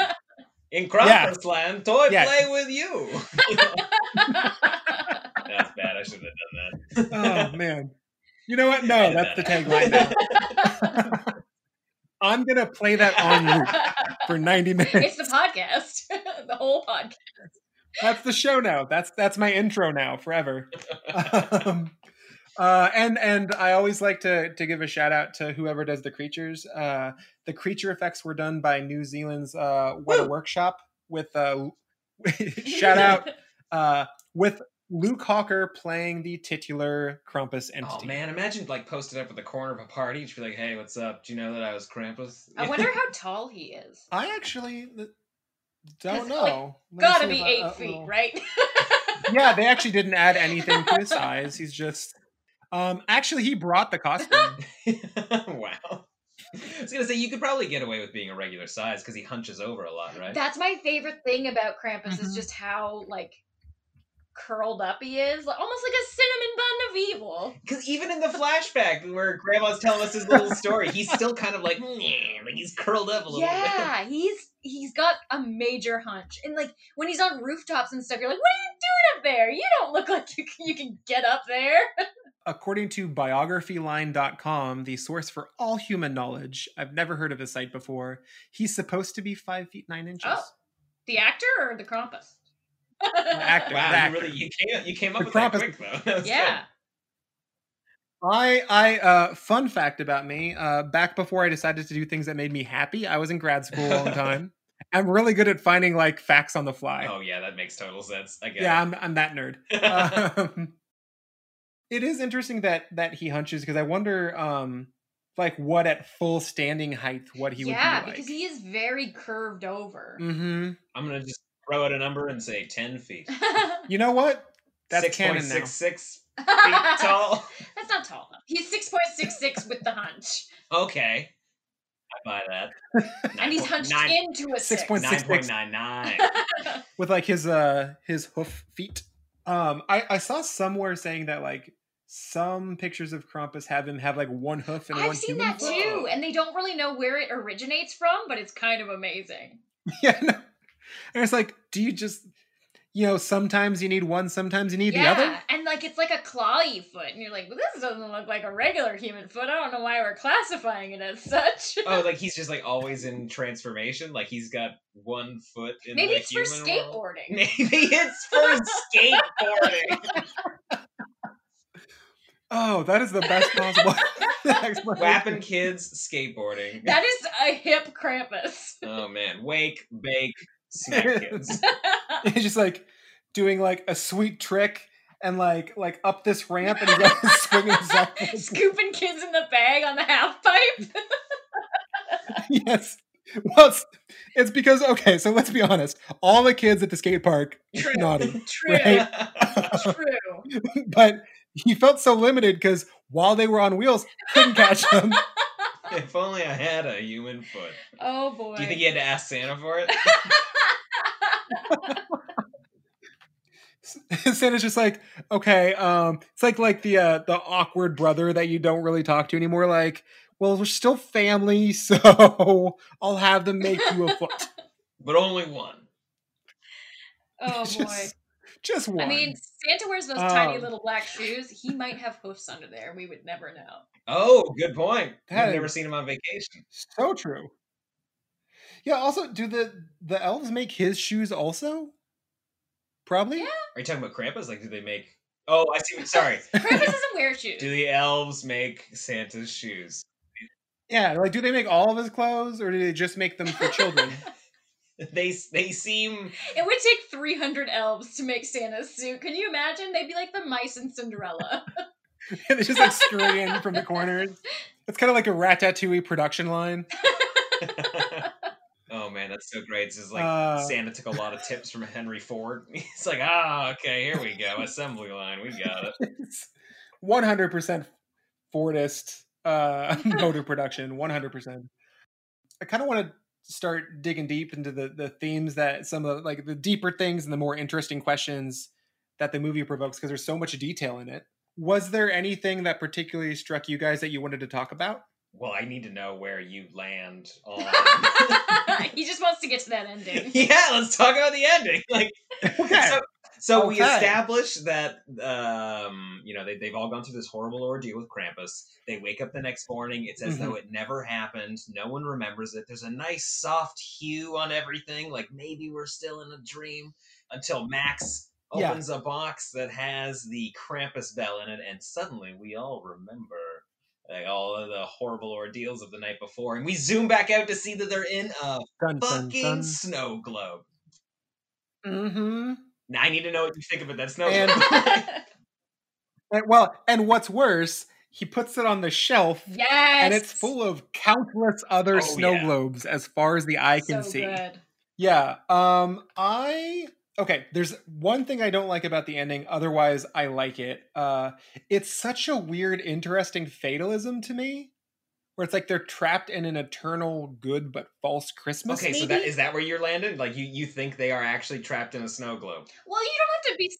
S7: In
S9: Yeah.
S7: Krampus land, toy
S9: Yeah.
S7: play with you. That's bad. I shouldn't have done that.
S9: oh man you know what no
S7: Edit
S9: that's the
S7: that out.
S9: tagline now. i'm gonna play that on loop for 90 minutes
S10: it's the podcast, the whole podcast.
S9: that's the show now that's that's my intro now forever um, uh, and and i always like to to give a shout out to whoever does the creatures uh, the creature effects were done by new zealand's uh, weather workshop with uh, shout out uh, with luke hawker playing the titular krampus entity
S7: oh man, imagine like posted up at the corner of a party, just be like, "Hey, what's up? Do you know that I was Krampus?"
S10: I wonder how tall he is.
S9: I actually th-
S10: It's
S9: don't
S10: like,
S9: know. Let me
S10: Gotta
S9: see
S10: be
S9: if I-
S10: eight
S9: uh,
S10: feet,
S9: well-
S10: right?
S9: Yeah, they actually didn't add anything to his size. He's just. Um, actually, he brought the costume.
S7: wow. I was gonna say you could probably get away with being a regular size because he hunches over a lot, right?
S10: That's my favorite thing about Krampus
S7: Mm-hmm.
S10: is just how like curled up he is, like, almost like a cinnamon bun of evil.
S7: Because even in the flashback where Grandma's telling us his little story, he's still kind of like, "Nyeh," like he's curled up a little bit.
S10: Yeah, he's he's got a major hunch, and like when he's on rooftops and stuff, you're like, "What are you doing up there? You don't look like you can, you can get up there."
S9: According to biographyline.com, the source for all human knowledge, I've never heard of this site before. He's supposed to be five feet nine inches.
S10: Oh. The actor or the Krampus?
S9: actor.
S7: Wow,
S9: That-
S7: you really you came you came up
S9: The
S7: with that
S9: Krampus-
S7: quick though. That was
S10: yeah,
S9: I, I, uh, fun fact about me, uh, back before I decided to do things that made me happy, I was in grad school a long time. I'm really good at finding like facts on the fly.
S7: good. Oh yeah, that makes total sense. I get
S9: yeah,
S7: it.
S9: I'm, I'm that nerd. um, it is interesting that that he hunches because I wonder, um, like what at full standing height what he
S10: yeah,
S9: would be like.
S10: because he is very curved over.
S7: Mm.
S9: hmm
S7: I'm gonna just throw out a number and say ten feet.
S9: You know what? That's
S7: Six point
S9: canon now.
S7: six six feet tall.
S10: That's not tall enough. He's six point six six with the hunch,
S7: Okay, I buy that.
S10: and he's hunched into a six.
S9: 6.6.
S7: Nine point nine nine.
S9: with like his uh his hoof feet. Um, I I saw somewhere saying that like some pictures of Krampus have him have like one hoof and
S10: I've
S9: one
S10: seen
S9: human
S10: that
S9: foot.
S10: too, and they don't really know where it originates from, but it's kind of amazing.
S9: Yeah, no. and it's like, do you just you know sometimes you need one, sometimes you need the other.
S10: and like it's like a clawy foot, and you're like, well, this doesn't look like a regular human foot. I don't know why we're classifying it as such.
S7: Oh, like he's just like always in transformation. Like he's got one foot in
S10: Maybe
S7: the
S10: it's for
S7: human world.
S10: skateboarding.
S7: Maybe it's for skateboarding.
S9: Oh, that is the best possible. explanation.
S7: Whapping kids skateboarding.
S10: That is a hip Krampus.
S7: Oh man, wake, bake, smack kids.
S9: He's just like doing like a sweet trick and like like up this ramp and he's like swinging himself.
S10: Scooping kids in the bag on the half pipe.
S9: yes. Well, it's, it's because okay, so let's be honest. All the kids at the skate park
S10: True.
S9: naughty,
S10: True.
S9: right?
S10: True.
S9: But he felt so limited because while they were on wheels, couldn't catch them.
S7: if only I had a human foot.
S10: Oh boy.
S7: Do you think he had to ask Santa for it?
S9: Santa's just like, okay, um, it's like like the uh, the awkward brother that you don't really talk to anymore. Like, well, we're still family, so I'll have them make you a foot.
S7: But only one.
S10: oh boy.
S9: just, just one.
S10: I mean, Santa wears those tiny
S9: Um.
S10: little black shoes. He might have hoofs under there. We would never know.
S7: Oh, good point.
S9: That
S7: I've never
S9: is-
S7: seen him on vacation.
S9: So true. Yeah. Also, do the the elves make his shoes also? Probably.
S10: Yeah.
S7: Are you talking about Krampus? Like, do they make? Oh, I see. Sorry.
S10: Krampus doesn't wear shoes.
S7: Do the elves make Santa's shoes?
S9: Yeah. Like, do they make all of his clothes, or do they just make them for children?
S7: They they seem
S10: It would take 300 elves to make Santa's suit. Can you imagine? They'd be like the mice in Cinderella.
S9: they just like scurry in from the corners. It's kind of like a Ratatouille production line.
S7: Oh man, that's so great. This is like
S9: Uh,
S7: Santa took a lot of tips from Henry Ford. He's like, ah, okay, here we go. Assembly line, we got it.
S9: One hundred percent Fordist uh, motor production. One hundred percent. I kind of want to start digging deep into the the themes that some of like the deeper things and the more interesting questions that the movie provokes because there's so much detail in it. Was there anything that particularly struck you guys that you wanted to talk about?
S7: Well, I need to know where you land on
S10: he just wants to get to that ending.
S7: Yeah, let's talk about the ending. Like so, so we
S9: Okay.
S7: establish that um, you know, they they've all gone through this horrible ordeal with Krampus. They wake up the next morning, it's as though
S9: Mm-hmm.
S7: it never happened. No one remembers it. There's a nice soft hue on everything, like maybe we're still in a dream until Max
S9: Yeah.
S7: opens a box that has the Krampus bell in it, and suddenly we all remember like all of the horrible ordeals of the night before, and we zoom back out to see that they're in a
S9: Dun, dun,
S7: fucking
S9: dun.
S7: snow globe.
S9: Mm-hmm.
S7: Now I need to know what you think about that snow
S9: And-
S7: globe.
S9: And, well, and what's worse, he puts it on the shelf.
S10: yes.
S9: And it's full of countless other
S7: Oh,
S9: snow
S7: yeah.
S9: globes as far as the eye can
S10: so
S9: see.
S10: Good.
S9: Yeah. Um I okay, there's one thing I don't like about the ending, otherwise I like it. Uh it's such a weird interesting fatalism to me where it's like they're trapped in an eternal good but false Christmas.
S7: okay, so that
S9: maybe?
S7: is that where you're landing? Like you you think they are actually trapped in a snow globe?
S10: Well, you don't have to be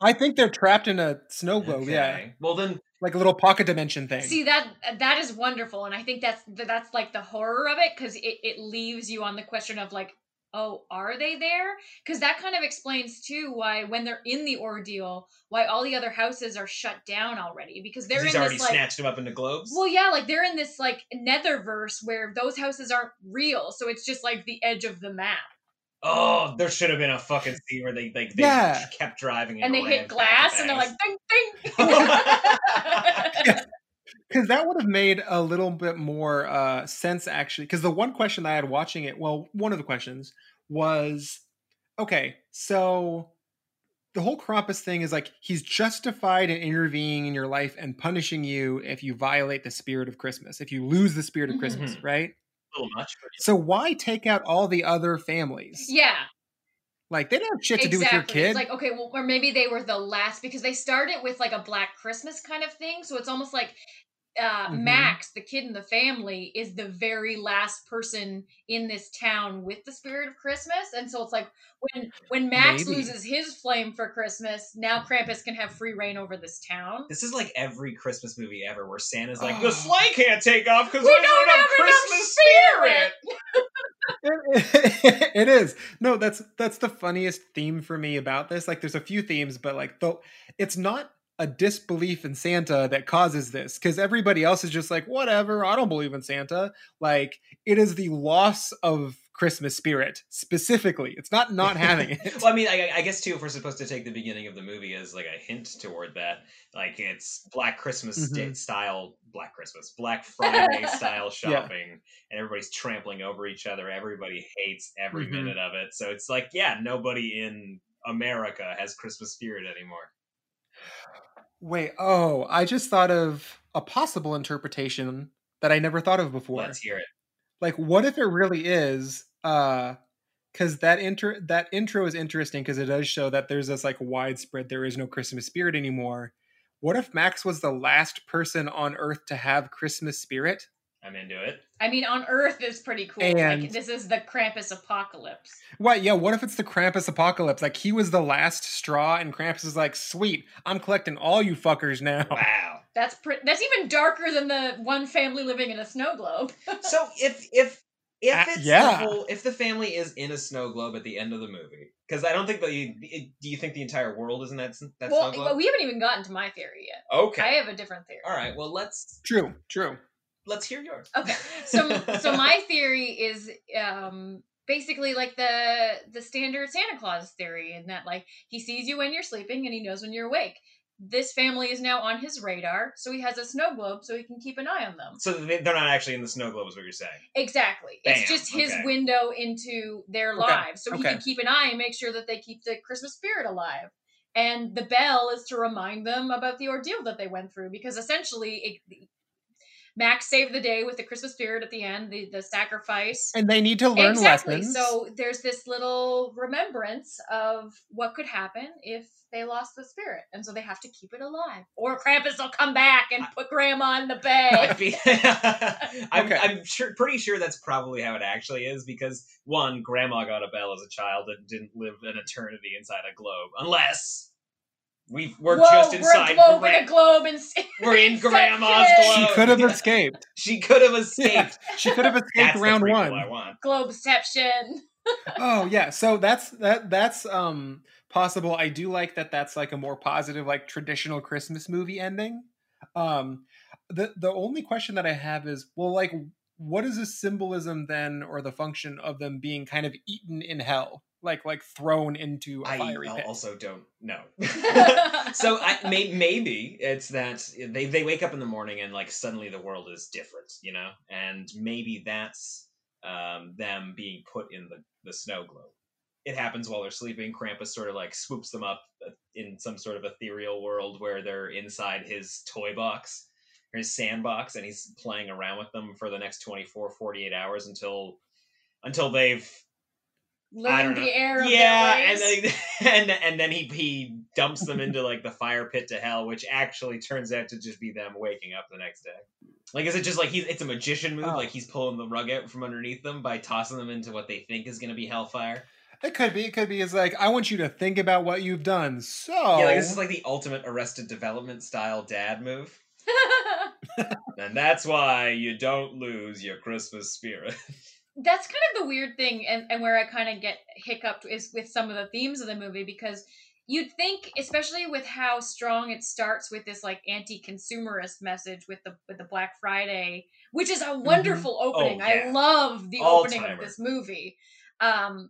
S9: I think they're trapped in a snow globe, yeah.
S7: Okay. Well then,
S9: Like a little pocket dimension thing.
S10: See that that is wonderful, and I think that's that's like the horror of it because it, it leaves you on the question of like, oh, are they there? Because that kind of explains too why when they're in the ordeal, why all the other houses are shut down already because they're in
S7: he's already
S10: this like.
S7: snatched him up into globes.
S10: Well, yeah, like they're in this like netherverse where those houses aren't real, so it's just like the edge of the map,
S7: oh, there should have been a fucking scene where they like they
S9: Yeah.
S7: kept driving
S10: and they
S7: ran
S10: hit
S7: back
S10: glass,
S7: at
S10: and they're like,
S7: things.
S10: ding, ding.
S9: because that would have made a little bit more uh, sense actually because the one question i had watching it well one of the questions was okay so the whole krampus thing is like he's justified in intervening in your life and punishing you if you violate the spirit of christmas if you lose the spirit of
S10: Mm-hmm.
S9: christmas right
S7: a little much.
S9: so why take out all the other families
S10: yeah,
S9: Like they don't have shit to do with your
S10: exactly.
S9: kid.
S10: It's like okay, well, or maybe they were the last because they started with like a Black Christmas kind of thing. So it's almost like uh,
S9: Mhm.
S10: Max, the kid in the family, is the very last person in this town with the spirit of Christmas. And so it's like when when Max
S9: Maybe.
S10: loses his flame for Christmas, now Krampus can have free reign over this town.
S7: This is like every Christmas movie ever where Santa's like,
S9: Oh.
S7: the sleigh can't take off because
S10: We
S7: we,
S10: don't have enough
S7: Christmas
S10: spirit."
S7: spirit.
S9: It- it is no that's that's the funniest theme for me about this like there's a few themes but like the it's not a disbelief in santa that causes this because everybody else is just like whatever i don't believe in santa like it is the loss of christmas spirit specifically it's not not having it
S7: well, I mean, I, I guess too, if we're supposed to take the beginning of the movie as like a hint toward that, like it's Black Christmas sti-
S9: Mhm.
S7: style, Black Christmas, Black Friday style shopping, and everybody's trampling over each other. Everybody hates every
S9: Mhm.
S7: minute of it. So it's like, yeah, nobody in America has Christmas spirit anymore.
S9: wait oh i just thought of a possible interpretation that i never thought of before
S7: Let's hear it.
S9: like what if it really is uh because that inter that intro is interesting because it does show that there's this like widespread there is no christmas spirit anymore what if max was the last person on earth to have christmas spirit
S7: I'm into it.
S10: I mean, on Earth is pretty cool.
S9: And-
S10: like this is the Krampus apocalypse.
S9: what yeah what if it's the krampus apocalypse like he was the last straw and krampus is like sweet i'm collecting all you fuckers now
S7: Wow.
S10: That's pretty. That's even darker than the one family living in a snow globe.
S7: So if if if
S9: Uh,
S7: it's
S9: yeah.
S7: the whole, if the family is in a snow globe at the end of the movie, because I don't think that you do you think the entire world is in that s- that
S10: well,
S7: snow globe?
S10: we haven't even gotten to my theory yet.
S7: okay.
S10: I have a different theory.
S7: All right. Well, let's
S9: true true
S7: let's hear yours.
S10: Okay. So, so my theory is um, basically like the the standard Santa Claus theory, in that like he sees you when you're sleeping and he knows when you're awake. This family is now on his radar, so he has a snow globe so he can keep an eye on them.
S7: so they- they're not actually in the snow globe, is what you're saying?
S10: Exactly.
S7: Bam.
S10: It's just his
S7: Okay.
S10: window into their
S9: Okay.
S10: lives. So he
S9: Okay.
S10: can keep an eye and make sure that they keep the Christmas spirit alive. And the bell is to remind them about the ordeal that they went through because essentially it, Max saved the day with the Christmas spirit at the end, the, the sacrifice.
S9: and they need to learn
S10: exactly.
S9: lessons
S10: So there's this little remembrance of what could happen if they lost the spirit. And so they have to keep it alive. Or Krampus will come back and put grandma in the
S7: I'd
S10: bed.
S7: be, I'm,
S9: Okay.
S7: I'm sure, pretty sure that's probably how it actually is because one, Grandma got a bell as a child and didn't live an eternity inside a globe, unless we we're
S10: Whoa,
S7: just
S10: We're a
S7: inside.
S10: globe in
S7: Gran-
S10: a globe and s-
S7: we're in
S10: Inception.
S7: Grandma's
S10: She
S7: globe.
S9: she could have escaped
S7: She could have escaped.
S9: Yeah, she could have escaped
S7: That's the
S9: round
S7: prequel
S9: one
S7: I want.
S10: globeception.
S9: oh yeah so that's that that's um possible i do like that that's like a more positive like traditional christmas movie ending um the the only question that i have is well like what is the symbolism then or the function of them being kind of eaten in hell like like thrown into a
S7: I
S9: fiery
S7: al-
S9: pit
S7: also don't know. so I may, maybe it's that they they wake up in the morning and like suddenly the world is different, you know, and maybe that's um, them being put in the the snow globe. It happens while they're sleeping. Krampus sort of like swoops them up uh, in some sort of ethereal world where they're inside his toy box or his sandbox and he's playing around with them for the next 24 48 hours until until they've I
S10: Learn
S7: don't
S10: the
S7: know.
S10: air of
S7: yeah,
S10: their
S7: and
S10: ways.
S7: then, and and then he he dumps them into like the fire pit to hell, which actually turns out to just be them waking up the next day. Like, is it just like he's it's a magician move?
S9: Oh.
S7: Like he's pulling the rug out from underneath them by tossing them into what they think is going to be hellfire.
S9: it could be it could be it's like i want you to think about what you've done so
S7: Yeah, like this is like the ultimate Arrested Development style dad move, and that's why you don't lose your Christmas spirit.
S10: That's kind of the weird thing, and, and where I kind of get hiccuped is with some of the themes of the movie because you'd think, especially with how strong it starts with this like anti-consumerist message with the with the Black Friday, which is a wonderful opening. I
S7: Mm-hmm. Oh, yeah.
S10: love the opening of
S7: All-timer.
S10: this movie. Um,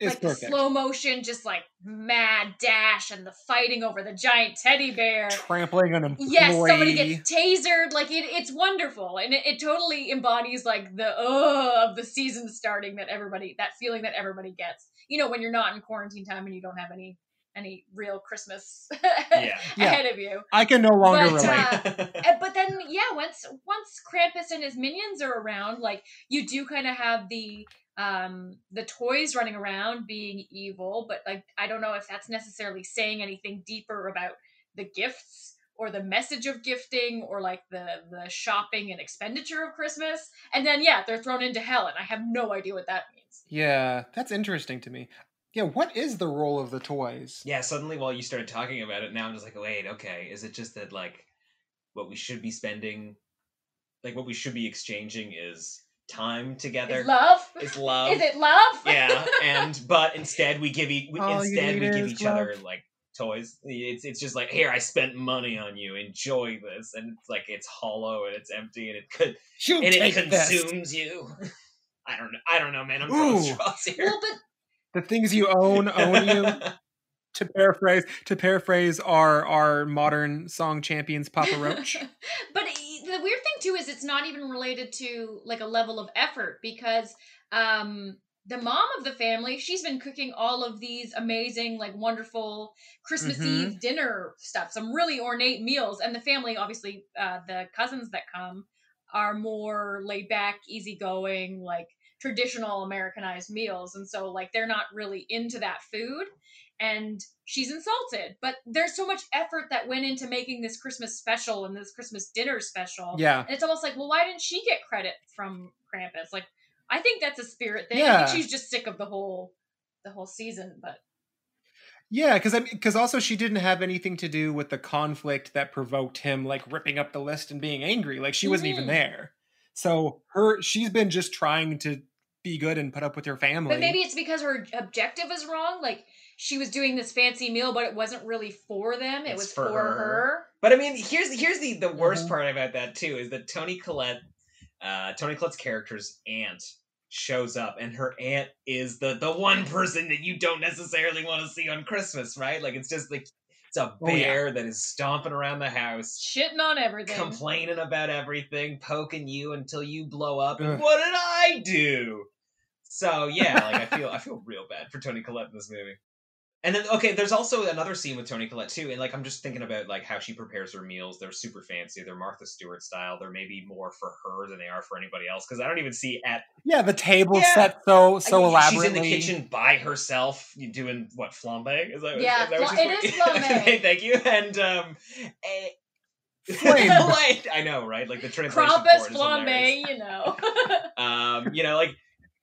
S9: it's
S10: like the
S9: perfect
S10: slow motion, just like mad dash and the fighting over the giant teddy bear.
S9: trampling an employee
S10: Yes, somebody gets tasered. Like it, it's wonderful, and it, it totally embodies like the uh of the season starting that everybody that feeling that everybody gets. You know, when you're not in quarantine time and you don't have any any real Christmas
S7: Yeah.
S9: Yeah.
S10: ahead of you.
S9: i can no longer
S10: But,
S9: relate
S10: uh, And- but then yeah once once krampus and his minions are around like you do kind of have the um the toys running around being evil but like i don't know if that's necessarily saying anything deeper about the gifts or the message of gifting or like the the shopping and expenditure of christmas and then yeah they're thrown into hell and i have no idea what that means
S9: Yeah, that's interesting to me. Yeah, what is the role of the toys?
S7: Yeah, suddenly while you started talking about it, now I'm just like, wait, okay, is it just that like what we should be spending, like what we should be exchanging is time together?
S10: is love
S7: Is love.
S10: is it love
S7: yeah, and but instead we give e- we,
S9: All you
S7: instead we
S9: need
S7: give
S9: is
S7: each
S9: love.
S7: other like toys. It's it's just like here I spent money on you, enjoy this, and it's like it's hollow and it's empty and it could
S9: You
S7: and it
S9: take this.
S7: consumes you. I don't know. I don't know, man. I'm
S9: Ooh.
S7: drawing straws here.
S10: well but
S9: The things you own own you. to paraphrase, to paraphrase our our modern song champions, Papa Roach.
S10: but e- the weird thing too is it's not even related to like a level of effort because um the mom of the family she's been cooking all of these amazing like wonderful christmas
S9: Mhm.
S10: eve dinner stuff some really ornate meals and the family obviously uh, the cousins that come are more laid back easygoing like traditional americanized meals and so like they're not really into that food and she's insulted. But there's so much effort that went into making this Christmas special and this Christmas dinner
S7: Oh,
S10: special.
S9: Yeah,
S10: And it's almost like, well, why didn't she get credit from Krampus? Like, I think that's a spirit thing. I
S9: Yeah.
S10: think she's just sick of the whole the whole season. But
S9: yeah, because I because also she didn't have anything to do with the conflict that provoked him, like ripping up the list and being angry. Like she wasn't even
S7: Mm-hmm.
S10: Mhm.
S9: there. So her she's been just trying to be good and put up with her family.
S10: but maybe it's because her objective is wrong. Like she was doing this fancy meal, but it wasn't really for them. It
S7: It's
S10: was
S7: for
S10: for,
S7: her.
S10: her.
S7: But I mean, here's here's the the worst
S9: Mhm.
S7: part about that too is that Tony Collette, uh, Tony Collette's character's aunt shows up, and her aunt is the the one person that you don't necessarily want to see on Christmas, right? Like it's just like it's a
S9: yeah.
S7: bear that is stomping around the house.
S10: Shitting on everything.
S7: Complaining about everything, poking you until you blow up.
S9: Ugh.
S7: And what did I do? So yeah, like I feel I feel real bad for Tony Collette in this movie. And then okay, there's also another scene with Tony Collette too, and like I'm just thinking about like how she prepares her meals. They're super fancy. They're Martha Stewart style. They're maybe more for her than they are for anybody else because I don't even see at
S9: yeah, the table
S7: Yeah.
S9: set so so
S7: I-
S9: elaborately.
S7: She's in the kitchen by herself doing what flambe? Is that
S10: Yeah,
S7: is that what
S10: fla-
S7: she's-
S10: it is flambe.
S7: Okay, Thank you. And um, eh,
S9: Flame.
S7: Like, I know, right? Like the translation. for
S10: Krampus
S7: it is hilarious.
S10: flambe, you know.
S7: Um, you know, like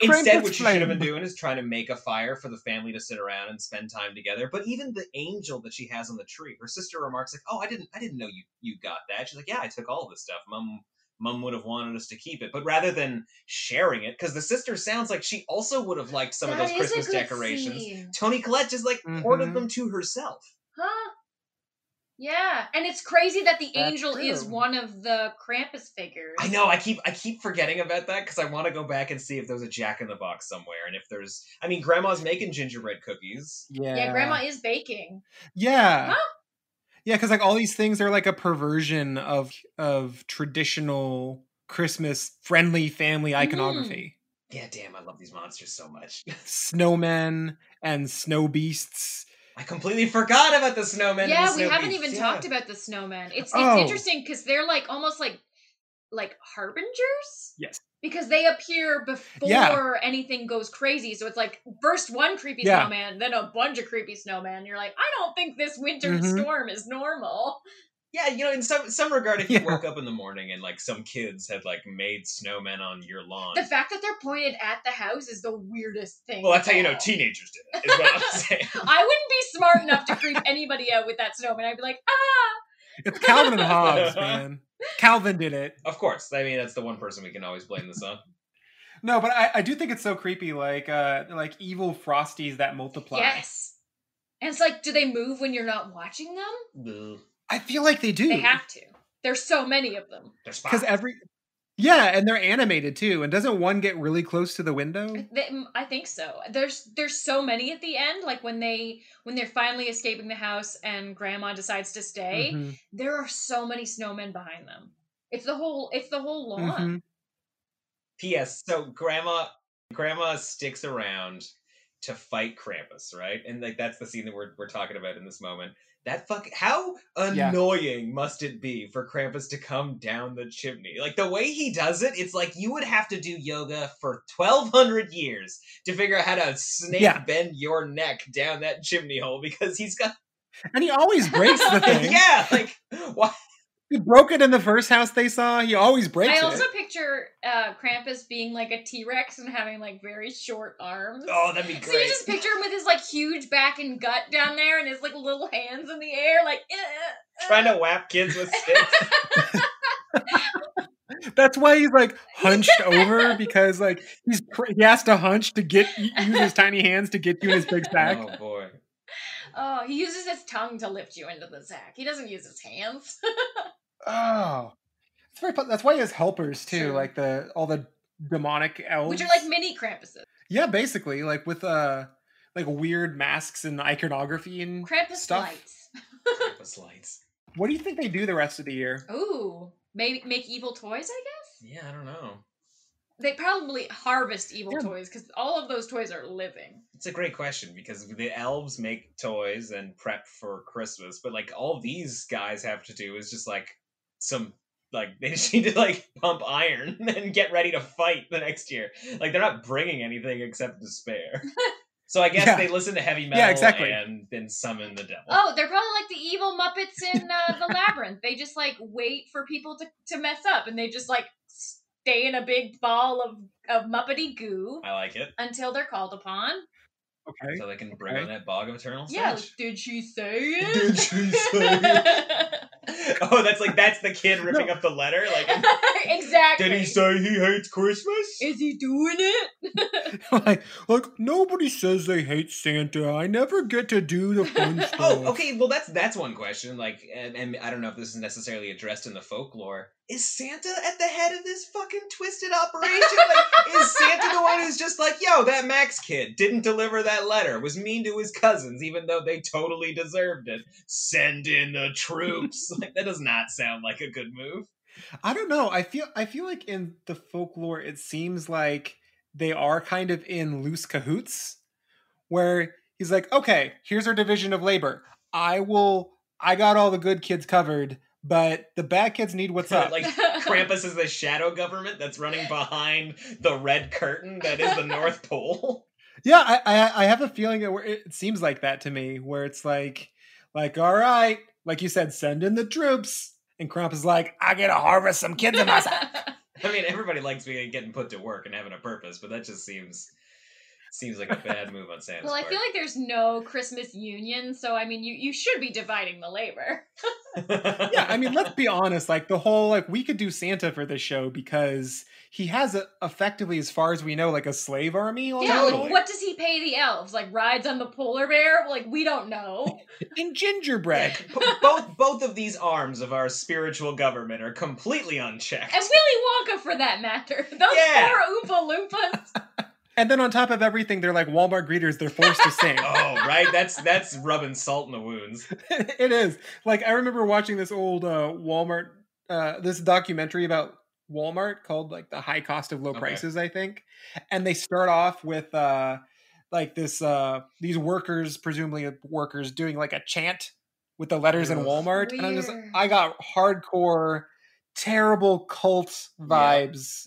S9: Krampus
S7: instead, what she should have been
S9: flame.
S7: doing is trying to make a fire for the family to sit around and spend time together. But even the angel that she has on the tree, her sister remarks like, "Oh, I didn't, I didn't know you you got that." She's like, "Yeah, I took all this stuff. Mom, mom would have wanted us to keep it, but rather than sharing it, because the sister sounds like she also would have liked some of
S10: That
S7: those
S10: is a
S7: Christmas
S10: good
S7: decorations."
S10: scene. Mm-hmm.
S7: Tony Collette just like
S9: Mhm.
S7: hoarded them to herself.
S10: Huh? Yeah. And it's crazy that the
S9: That's
S10: angel is
S9: true.
S10: one of the Krampus figures.
S7: I know. I keep I keep forgetting about that because I want to go back and see if there's a Jack in the Box somewhere, and if there's, I mean, Grandma's making gingerbread cookies.
S9: Yeah,
S10: Yeah, grandma is baking.
S9: Yeah.
S10: Huh?
S9: Yeah, because like all these things are like a perversion of of traditional Christmas friendly family
S10: Mm-hmm.
S9: iconography.
S7: Yeah, damn, I love these monsters so much.
S9: Snowmen and snow beasts.
S7: I completely forgot about the snowmen. and the
S10: yeah, we
S7: snow
S10: haven't
S7: beasts,
S10: even
S7: yeah.
S10: talked about the snowmen. It's it's
S9: Oh.
S10: interesting because they're like almost like like harbingers.
S9: Yes.
S10: Because they appear before anything goes crazy. So it's like first one creepy
S9: Yeah.
S10: snowman, then a bunch of creepy snowmen. You're like, I don't think this winter
S7: Mm-hmm.
S9: Mhm.
S10: storm is normal.
S7: Yeah, you know, in some some regard, if you
S9: Yeah.
S7: woke up in the morning and like some kids had like made snowmen on your lawn,
S10: The fact that they're pointed at the house is the weirdest thing.
S7: well, that's how
S10: of
S7: you know
S10: all.
S7: teenagers did it. Is what I'm saying.
S10: I wouldn't be smart enough to creep anybody out with that snowman. I'd be like, ah,
S9: It's Calvin and Hobbes, man. Calvin did it.
S7: Of course, I mean that's the one person we can always blame this on.
S9: No, but I, I do think it's so creepy, like uh like evil frosties that multiply.
S10: yes. And it's like, do they move when you're not watching them?
S7: Boo.
S9: I feel like they do.
S10: They have to. There's so many of them.
S7: They're spies.
S9: Because every Yeah, and they're animated too. And doesn't one get really close to the window?
S10: I thi- mm, I think so. There's there's so many at the end. Like when they when they're finally escaping the house and Grandma decides to stay,
S9: Mhm,
S10: there are so many snowmen behind them. It's the whole it's the whole lawn.
S9: mhm.
S7: P.S. So grandma grandma sticks around to fight Krampus, right? And like that's the scene that we're we're talking about in this moment. That fuck how
S9: Yeah.
S7: annoying must it be for Krampus to come down the chimney? Like the way he does it, it's like you would have to do yoga for 1200 years to figure out how to snake
S9: Yeah.
S7: bend your neck down that chimney hole because he's got
S9: And he always breaks the thing.
S7: yeah, like why
S9: He broke it in the first house they saw. He always breaks
S10: I also
S9: it.
S10: picture uh, Krampus being like a T Rex and having like very short arms.
S7: Oh, that'd be
S10: So you
S7: great.
S10: just picture him with his like huge back and gut down there, and his like little hands in the air, like "Eh, eh, eh."
S7: Trying to whap kids with sticks.
S9: That's why he's like hunched over because like he's cr- he has to hunch to get use his tiny hands to get you in his big sack.
S7: oh boy.
S10: Oh, he uses his tongue to lift you into the sack. He doesn't use his hands.
S9: Oh, that's very. pu- That's why he has helpers too,
S10: True.
S9: like the all the demonic elves,
S10: Which are like mini Krampuses.
S9: yeah, basically like with uh like weird masks and iconography and.
S10: Krampus
S9: Stuff.
S10: lights.
S7: Krampus lights.
S9: What do you think they do the rest of the year?
S10: Ooh. Maybe make evil toys, I guess?
S7: Yeah, I don't know.
S10: They probably harvest evil
S9: Yeah.
S10: toys because all of those toys are living.
S7: It's a great question because the elves make toys and prep for Christmas, but like all these guys have to do is just like some like they just need to like pump iron and get ready to fight the next year. Like they're not bringing anything except despair. so I guess
S9: Yeah.
S7: they listen to heavy metal
S9: exactly.
S7: and then summon the devil.
S10: Oh, they're probably like the evil Muppets in uh, the Labyrinth. They just like wait for people to, to mess up and they just like stay in a big ball of, of Muppety goo
S9: Uh,
S7: I like it.
S10: until they're called upon.
S9: Okay.
S7: So they can bring
S9: Okay.
S7: on that bog of eternal
S10: Yeah,
S7: stench.
S10: like, did she say it?
S7: Did she say oh, that's like that's the kid ripping up the letter. Like,
S10: exactly.
S7: did he say he hates Christmas?
S10: Is he doing it?
S9: like, look, nobody says they hate Santa. I never get to do the fun stuff.
S7: Oh, okay. Well, that's that's one question. Like, and, and I don't know if this is necessarily addressed in the folklore. Is Santa at the head of this fucking twisted operation? Like, is Santa the one who's just like, yo, that Max kid didn't deliver that letter, was mean to his cousins, even though they totally deserved it. Send in the troops. like, that does not sound like a good move.
S9: I don't know. I feel I feel like in the folklore, it seems like they are kind of in loose cahoots, where he's like, "Okay, here's our division of labor. I will. I got all the good kids covered, but the bad kids need what's up."
S7: like Krampus is the shadow government that's running behind the red curtain that is the North Pole.
S9: yeah, I, I I have a feeling it, where it seems like that to me, where it's like, like all right, like you said, send in the troops, and Krampus is like, "I gotta harvest some kids in my side."
S7: I mean, everybody likes being getting put to work and having a purpose, but that just seems seems like a bad move on Santa's
S10: Well, I
S7: part.
S10: feel like there's no Christmas union, so I mean, you, you should be dividing the labor.
S9: yeah, I mean, let's be honest. Like the whole like we could do Santa for this show because he has a, effectively, as far as we know, like a slave army. all
S10: Yeah,
S9: over the
S10: like
S9: place.
S10: what does he pay the elves? Like rides on the polar bear? Like we don't know.
S9: and gingerbread.
S7: B- both both of these arms of our spiritual government are completely unchecked.
S10: And Willy Wonka for that matter. Those
S7: Yeah.
S10: poor Oompa Loompas.
S9: And then on top of everything, they're like Walmart greeters. They're forced to sing.
S7: Oh, right. That's that's rubbing salt in the wounds.
S9: it is like I remember watching this old uh, Walmart, uh, this documentary about Walmart called like the high cost of low
S7: Okay.
S9: prices, I think. And they start off with uh, like this uh, these workers, presumably workers, doing like a chant with the letters in
S7: Ugh.
S9: Walmart, and I'm just
S10: Weird.
S9: I got hardcore, terrible cult vibes.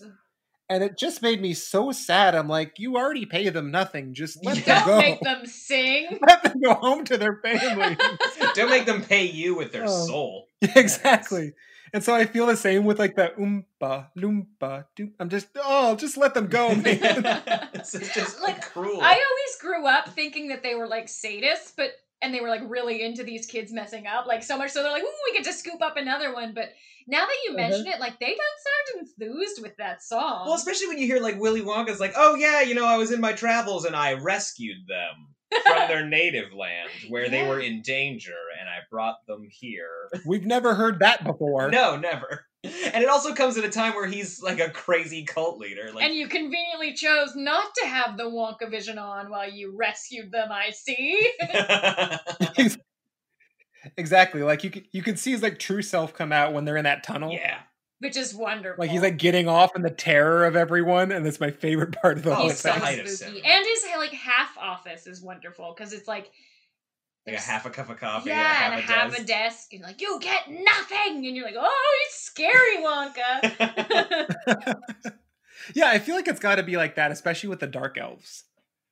S9: And it just made me so sad. I'm like, you already pay them nothing. Just let them
S10: Don't
S9: go.
S10: make them sing.
S9: let them go home to their family.
S7: Don't make them pay you with their
S9: Oh.
S7: soul.
S9: Yeah, exactly. And so I feel the same with like the oompa loompa. doom- I'm just oh, just let them go, man.
S7: this is just
S10: Like,
S7: cruel.
S10: I always grew up thinking that they were like sadists, but and they were like really into these kids messing up, like so much so they're like, "Ooh, we get to scoop up another one." But now that you mention it, like they don't sound enthused with that song.
S7: Well, especially when you hear like Willy Wonka's like, "Oh yeah, you know, I was in my travels and I rescued them from their native land where they
S10: Yeah.
S7: were in danger and I brought them here."
S9: We've never heard that before.
S7: no, never. And it also comes at a time where he's like a crazy cult leader. Like
S10: and you conveniently chose not to have the Wonka vision on while you rescued them. I see.
S9: Exactly. Like you c- you can see his like true self come out when they're in that tunnel.
S7: Yeah.
S10: which is wonderful.
S9: Like he's like getting off in the terror of everyone, and that's my favorite part of the
S7: Oh,
S9: whole
S10: he's
S7: it's the
S10: so
S9: thing.
S7: height of
S10: spooky,
S7: cinema.
S10: and his like half office is wonderful because it's like
S7: like a
S10: There's-
S7: half a cup of coffee,
S10: yeah,
S7: a
S10: and
S7: half
S10: a half a
S7: dozen.
S10: desk, and like you get nothing, and you're like, oh, you're scary, Wonka.
S9: Yeah, I feel like it's got to be like that, especially with the dark elves.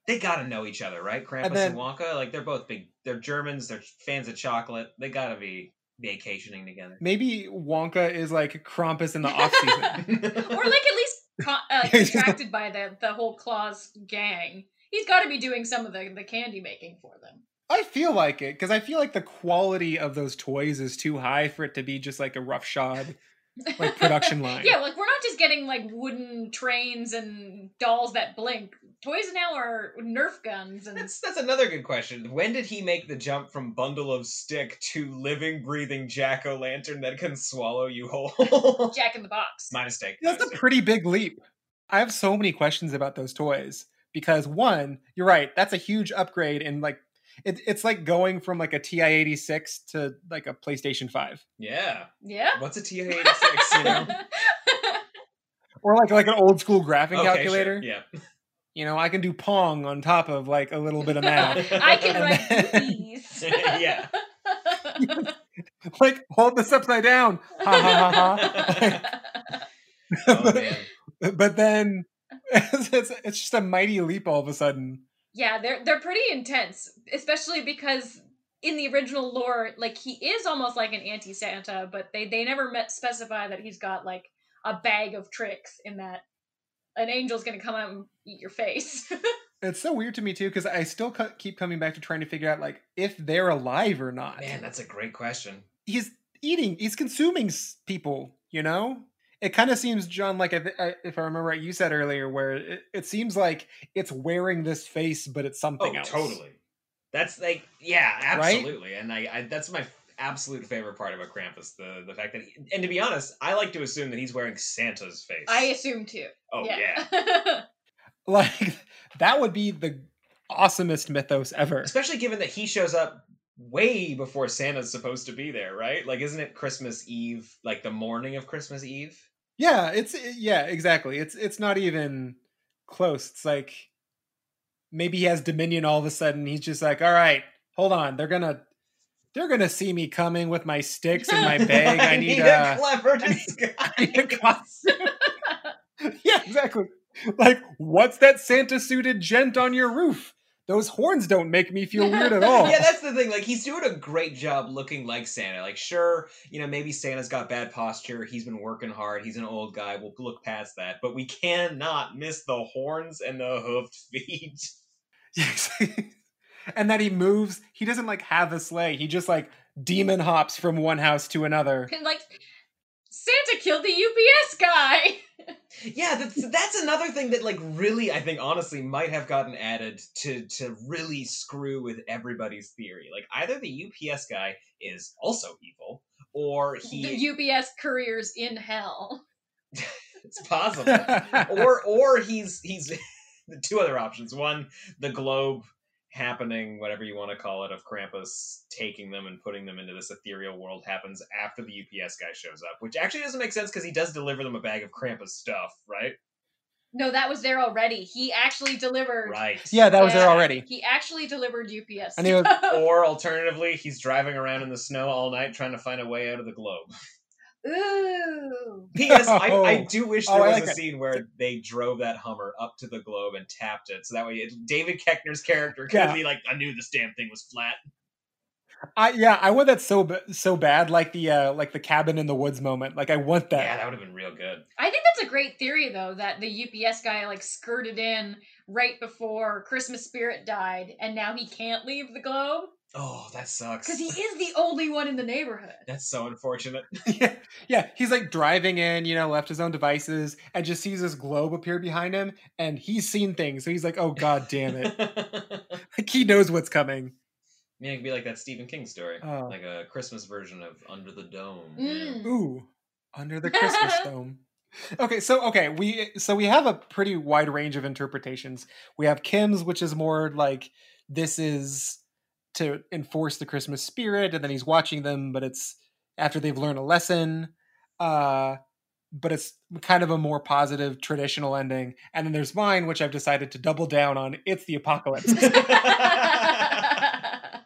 S7: they gotta know each other, right? Krampus and,
S9: then-
S7: Wonka, like they're both big. They're Germans. They're fans of chocolate. They gotta be vacationing together.
S9: Maybe Wonka is like Krampus in the off season.
S10: or like at least con- uh, contracted by the the whole Claus gang. He's got to be doing some of the the candy making for them.
S9: I feel like it because I feel like the quality of those toys is too high for it to be just like a roughshod like production line.
S10: yeah, like we're not just getting like wooden trains and dolls that blink. Toys now are Nerf guns and
S7: That's that's another good question. When did he make the jump from bundle of stick to living, breathing jack o' lantern that can swallow you whole?
S10: Jack in the Box.
S7: my mistake. my
S9: That's a
S7: mistake.
S9: pretty big leap. I have so many questions about those toys because one, you're right, that's a huge upgrade and like it, it's like going from like a TI-86 to like a PlayStation 5
S7: yeah.
S10: Yeah.
S7: What's a TI eighty six? You know?
S9: or like like an old school graphing
S7: Okay, sure,
S9: calculator. You know, I can do pong on top of like a little bit of math.
S7: Yeah.
S10: I can write
S9: then-
S10: movies.
S7: Yeah.
S9: like hold this upside down. Ha ha ha ha.
S7: oh man.
S9: but then it's, it's, it's just a mighty leap all of a sudden.
S10: Yeah, they're they're pretty intense, especially because in the original lore, like he is almost like an anti Santa, but they they never met, specify that he's got like a bag of tricks in that an angel's gonna come out and eat your face.
S9: It's so weird to me too because I still co- keep coming back to trying to figure out like if they're alive or not.
S7: Man, that's a great question.
S9: He's eating, he's consuming s- people. You know, it kind of seems, John, like if I, if I remember right, you said earlier where it, it seems like it's wearing this face, but it's something
S7: oh,
S9: else.
S7: totally. That's like, yeah,
S9: Right?
S7: absolutely. And I, I, that's my absolute favorite part about Krampus, the the fact that, he, and to be honest, I like to assume that he's wearing Santa's face.
S10: I assume too.
S7: oh yeah,
S10: yeah.
S9: Like that would be the awesomest mythos ever.
S7: especially given that he shows up way before Santa's supposed to be there, right? Like, isn't it Christmas Eve, like the morning of Christmas Eve?
S9: Yeah, it's eh, yeah, exactly. It's it's not even close. It's like maybe he has dominion all of a sudden. He's just like, "All right, hold on. They're going to they're going to see me coming with my sticks and my bag. I need
S7: a
S9: a
S7: clever
S9: I need-
S7: disguise.
S9: I need a costume." Yeah, exactly. Like, what's that Santa suited gent on your roof? Those horns don't make me feel weird at all.
S7: yeah, that's the thing. Like, he's doing a great job looking like Santa. Like, sure, you know, maybe Santa's got bad posture. He's been working hard. He's an old guy. We'll look past that. But we cannot miss the horns and the hoofed feet.
S9: Yes. and that he moves. He doesn't like have a sleigh. He just like demon hops from one house to another.
S10: And, like Santa killed the UPS guy.
S7: yeah, that's that's another thing that, like, really, I think, honestly, might have gotten added to to really screw with everybody's theory. Like, either the UPS guy is also evil, or he
S10: The UPS careers in hell.
S7: it's possible. or or he's he's the two other options. One, the globe happening, whatever you want to call it, of Krampus taking them and putting them into this ethereal world happens after the UPS guy shows up, which actually doesn't make sense because he does deliver them a bag of Krampus stuff, right?
S10: No, that was there already. He actually delivered.
S7: Right.
S9: yeah, that was there
S10: Yeah,
S9: already.
S10: He actually delivered UPS.
S9: And he was-
S10: stuff.
S7: Or alternatively, he's driving around in the snow all night trying to find a way out of the globe.
S10: Ooh.
S7: P.S. I, I
S9: Oh.
S7: do wish
S9: Oh,
S7: there
S9: I
S7: was
S9: like
S7: a
S9: that.
S7: scene where they drove that Hummer up to the globe and tapped it, so that way it, David Keckner's character could
S9: Yeah.
S7: be like, "I knew this damn thing was flat."
S9: I yeah, I want that so ba- so bad, like the uh like the cabin in the woods moment. Like I want that.
S7: Yeah, that would have been real good.
S10: I think that's a great theory though that the UPS guy like skirted in right before Christmas spirit died and now he can't leave the globe
S7: Oh, that sucks.
S10: cuz he is the only one in the neighborhood.
S7: That's so unfortunate.
S9: yeah, yeah. He's like driving in, you know, left his own devices, and just sees this globe appear behind him, and he's seen things. So he's like, "Oh god, damn
S7: yeah,
S9: it!" like he knows what's coming.
S7: it could be like that Stephen King story,
S9: Oh.
S7: like a Christmas version of Under the Dome.
S10: Mm.
S9: Ooh, under the Christmas dome. Okay, so okay, we so we have a pretty wide range of interpretations. We have Kim's, which is more like this is to enforce the Christmas spirit, and then he's watching them, but it's after they've learned a lesson. Uh, but it's kind of a more positive traditional ending. And then there's mine, which I've decided to double down on. It's the apocalypse.
S7: Yeah.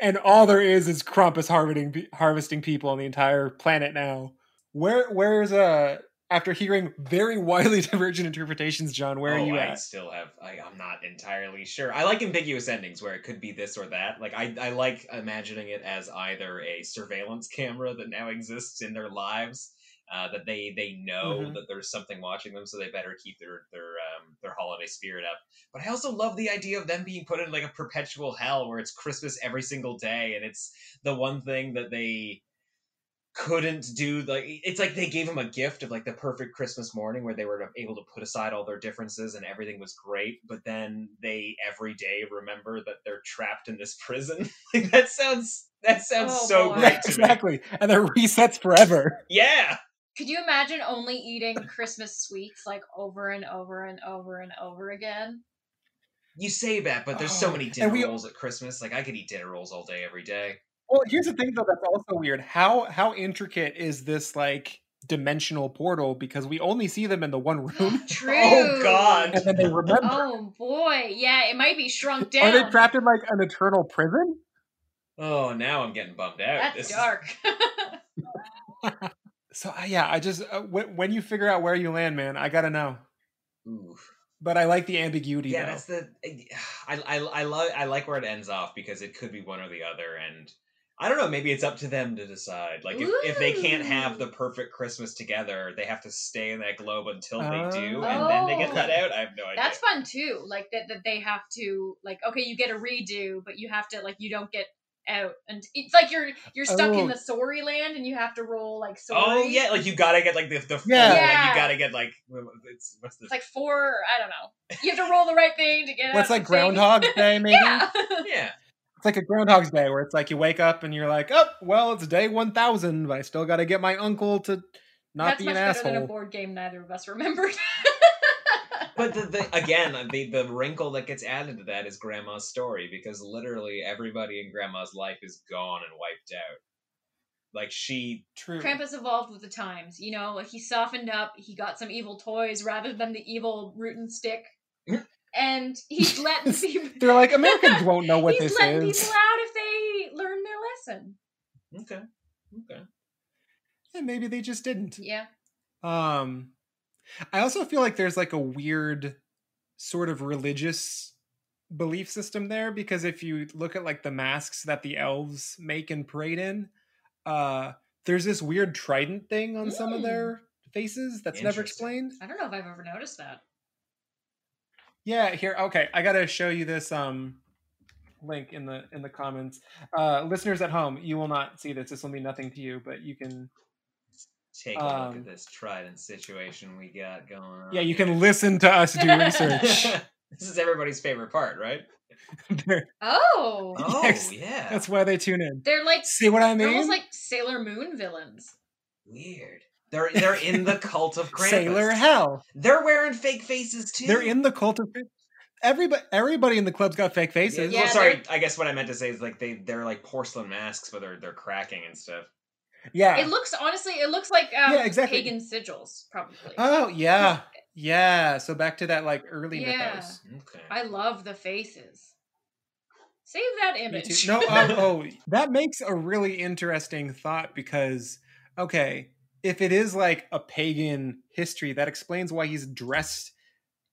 S9: and all there is is Krampus harvesting pe- harvesting people on the entire planet now. Where where's uh after hearing very widely divergent interpretations, John? Where
S7: oh,
S9: are you
S7: I
S9: at?
S7: still have. I, I'm not entirely sure. I like ambiguous endings where it could be this or that. Like I, I like imagining it as either a surveillance camera that now exists in their lives. Uh, that they they know
S9: Mhm.
S7: that there's something watching them, so they better keep their their um, their holiday spirit up. But I also love the idea of them being put in like a perpetual hell where it's Christmas every single day, and it's the one thing that they couldn't do like it's like they gave him a gift of like the perfect christmas morning where they were able to put aside all their differences and everything was great but then they every day remember that they're trapped in this prison like that sounds that sounds
S10: Oh,
S7: so
S10: boy.
S7: great
S9: Yeah,
S7: to me
S9: exactly, and that resets forever.
S7: yeah
S10: Could you imagine only eating Christmas sweets like over and over and over and over again?
S7: you say that but there's so
S9: Oh,
S7: many
S9: and
S7: dinner
S9: we-
S7: rolls at christmas like i could eat dinner rolls all day every day
S9: Well, here's the thing though that's also weird. How how intricate is this like dimensional portal? Because we only see them in the one room,
S10: True.
S7: oh god
S9: and then they remember.
S10: Oh boy, yeah, it might be shrunk down.
S9: Are they trapped in like an eternal prison?
S7: oh now i'm getting bummed out
S10: That's
S7: This is-
S10: dark.
S9: So I- yeah, I just uh, when, when you figure out where you land, man, I gotta know.
S7: Ooh.
S9: But I like the ambiguity.
S7: yeah
S9: though.
S7: that's the eh, I, I i love i like where it ends off because it could be one or the other and i don't know maybe it's up to them to decide like if, if they can't have the
S10: Ooh.
S7: perfect christmas together they have to stay in that globe until they do and then they get
S10: Oh.
S7: cut out i have no idea
S10: That's fun too. Like that, that they have to like okay, you get a redo, but you have to like you don't get out, and it's like you're you're stuck
S9: Oh.
S10: in the sorry land, and you have to roll like sorry.
S7: oh yeah like you gotta get like the, the full,
S9: Yeah.
S7: like,
S10: Yeah.
S7: you gotta get like it's what's the
S10: It's like four. I don't know. You have to roll the right thing to get. out
S9: That's
S10: of
S9: like
S10: the thing.
S9: Groundhog Day, maybe.
S10: Yeah.
S7: yeah
S9: It's like a Groundhog's Day where it's like you wake up and you're like, oh, well, it's day one thousand, but I still got to get my uncle to
S10: That's
S9: not be
S10: much
S9: an
S10: better
S9: asshole.
S10: than a board game neither of us remembered.
S7: but the, the again uh, the the wrinkle that gets added to that is grandma's story because literally everybody in grandma's life is gone and wiped out like she
S9: True.
S10: Krampus evolved with the times. You know, he softened up. He got some evil toys rather than the evil root and stick, and he's letting people.
S9: They're like Americans won't know what
S10: he's
S9: this
S10: letting
S9: is.
S10: people out if they learn their lesson.
S7: okay okay
S9: And maybe they just didn't.
S10: Yeah.
S9: Um, I also feel like there's like a weird sort of religious belief system there because if you look at like the masks that the elves make and parade in, uh, there's this weird trident thing on some of
S10: Mm.
S9: their faces that's never
S7: Interesting.
S9: explained.
S10: I don't know if I've ever noticed that.
S9: Yeah, here. Okay, I gotta show you this um link in the in the comments. Uh, listeners at home, you will not see this. This will mean nothing to you, but you can.
S7: take a look
S9: Um,
S7: at this trident situation we got going on.
S9: Yeah, you
S7: here.
S9: can listen to us do research.
S7: this is everybody's favorite part, right?
S10: Oh,
S7: Oh
S9: Yes,
S7: yeah,
S9: That's why they tune in.
S10: they're like
S9: See what I
S10: they're
S9: mean?
S10: almost like Sailor Moon villains.
S7: weird. They're they're in the cult of Krampus.
S9: Sailor Hell.
S7: They're wearing fake faces too.
S9: They're in the cult of everybody. Everybody in the club's got fake
S7: Yeah,
S9: faces.
S7: well,
S10: Yeah,
S7: sorry.
S10: they're-
S7: I guess what I meant to say is like they they're like porcelain masks, but they're they're cracking and stuff.
S9: Yeah.
S10: It looks honestly, it looks like um,
S9: Yeah, exactly.
S10: pagan sigils probably.
S9: oh yeah, yeah. So back to that like early
S10: Yeah.
S9: mythos.
S7: Okay.
S10: I love the faces. Save that
S9: Me
S10: image.
S9: too. No, oh, oh, that makes a really interesting thought because okay, if it is like a pagan history, that explains why he's dressed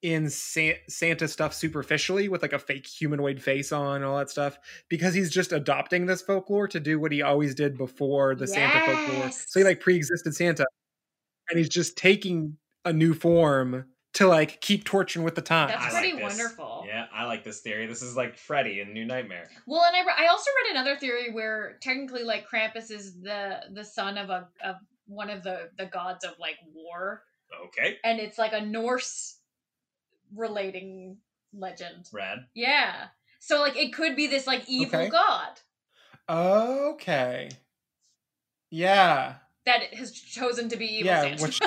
S9: in San- Santa stuff superficially with like a fake humanoid face on and all that stuff because he's just adopting this folklore to do what he always did before the Santa folklore. So
S10: Yes.
S9: he like pre-existed Santa and he's just taking a new form to like keep torturing with the time.
S10: That's
S7: I
S10: pretty
S7: like this.
S10: wonderful.
S7: Yeah, I like this theory. This is like Freddy in New Nightmare.
S10: Well, and I, re- I also read another theory where technically, like Krampus is the the son of a of one of the the gods of like war,
S7: Okay,
S10: and it's like a Norse relating legend.
S7: Brad.
S10: Yeah, so like it could be this like evil
S9: Okay.
S10: god
S9: okay. Yeah.
S10: that it has chosen to be evil
S9: Yeah,
S10: Santa.
S9: which-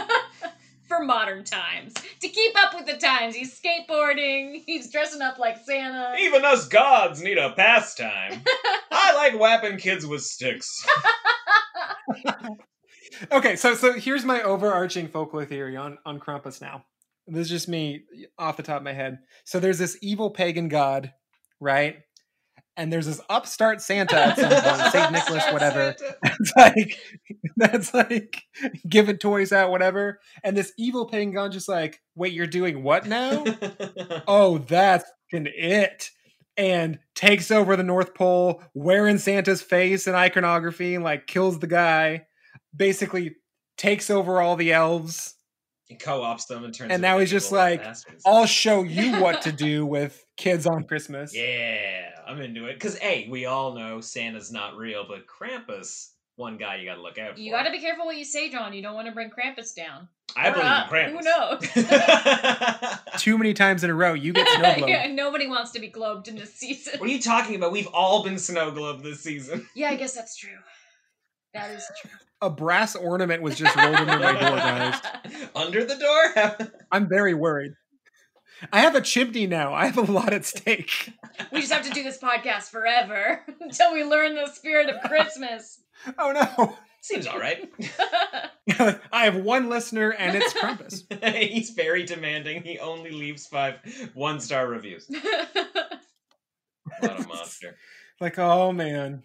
S10: for modern times to keep up with the times. He's skateboarding. He's dressing up like Santa.
S7: Even us gods need a pastime. I like whapping kids with sticks.
S9: Okay, so so here's my overarching folklore theory on on Krampus now. This is just me off the top of my head. So there's this evil pagan god, right? and there's this upstart Santa at some point, Saint Nicholas, whatever. It's like that's like giving toys out, whatever. And this evil Pangon just like, wait, you're doing what now? oh, that's fucking it. And takes over the North Pole, wearing Santa's face and iconography, and like kills the guy. Basically, takes over all the elves.
S7: He co-ops them and turns.
S9: And
S7: them
S9: now
S7: into
S9: he's just
S7: evil
S9: like,
S7: bastards.
S9: I'll show you what to do with kids on Christmas.
S7: Yeah, I'm into it. Because hey, we all know Santa's not real, but Krampus, one guy you gotta look out for.
S10: You got to be careful what you say, John. You don't want to bring Krampus down.
S7: I
S10: Or
S7: believe
S10: up.
S7: in Krampus.
S10: Who knows?
S9: Too many times in a row, you get snowblown.
S10: yeah, nobody wants to be globed in this season.
S7: what are you talking about? We've all been snow globed this season.
S10: Yeah, I guess that's true. That is true.
S9: A brass ornament was just rolled under my door, guys.
S7: Under the door?
S9: I'm very worried. I have a chimney now. I have a lot at stake.
S10: We just have to do this podcast forever until we learn the spirit of Christmas.
S9: Oh no!
S7: Seems all right.
S9: I have one listener, and it's Krampus.
S7: He's very demanding. He only leaves five one star reviews. What a monster.
S9: like, oh man,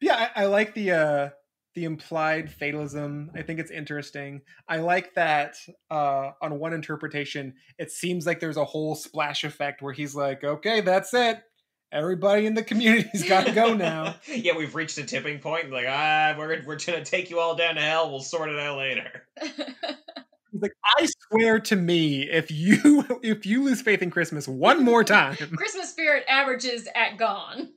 S9: yeah. I, I like the uh, the implied fatalism. I think it's interesting. I like that uh, on one interpretation, it seems like there's a whole splash effect where he's like, "Okay, that's it. Everybody in the community's got to go now."
S7: yeah, we've reached a tipping point. Like, ah, we're, we're gonna take you all down to hell. We'll sort it out later.
S9: He's like, I swear to me, if you if you lose faith in Christmas one more time,
S10: Christmas spirit averages at gone.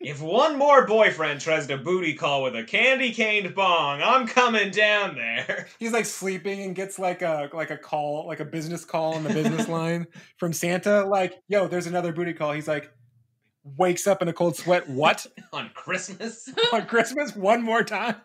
S7: If one more boyfriend tries to booty call with a candy cane bong, I'm coming down there.
S9: he's like sleeping and gets like a like a call, like a business call on the business line from Santa, like, yo, there's another booty call. He's like wakes up in a cold sweat, what?
S7: On Christmas?
S9: on Christmas one more time.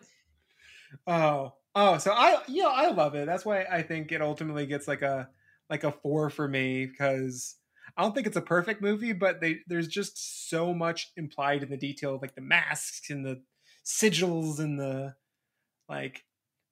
S9: Oh. Oh, so I you know, I love it. That's why I think it ultimately gets like a like a four for me, because I don't think it's a perfect movie, but they there's just so much implied in the detail, like the masks and the sigils and the like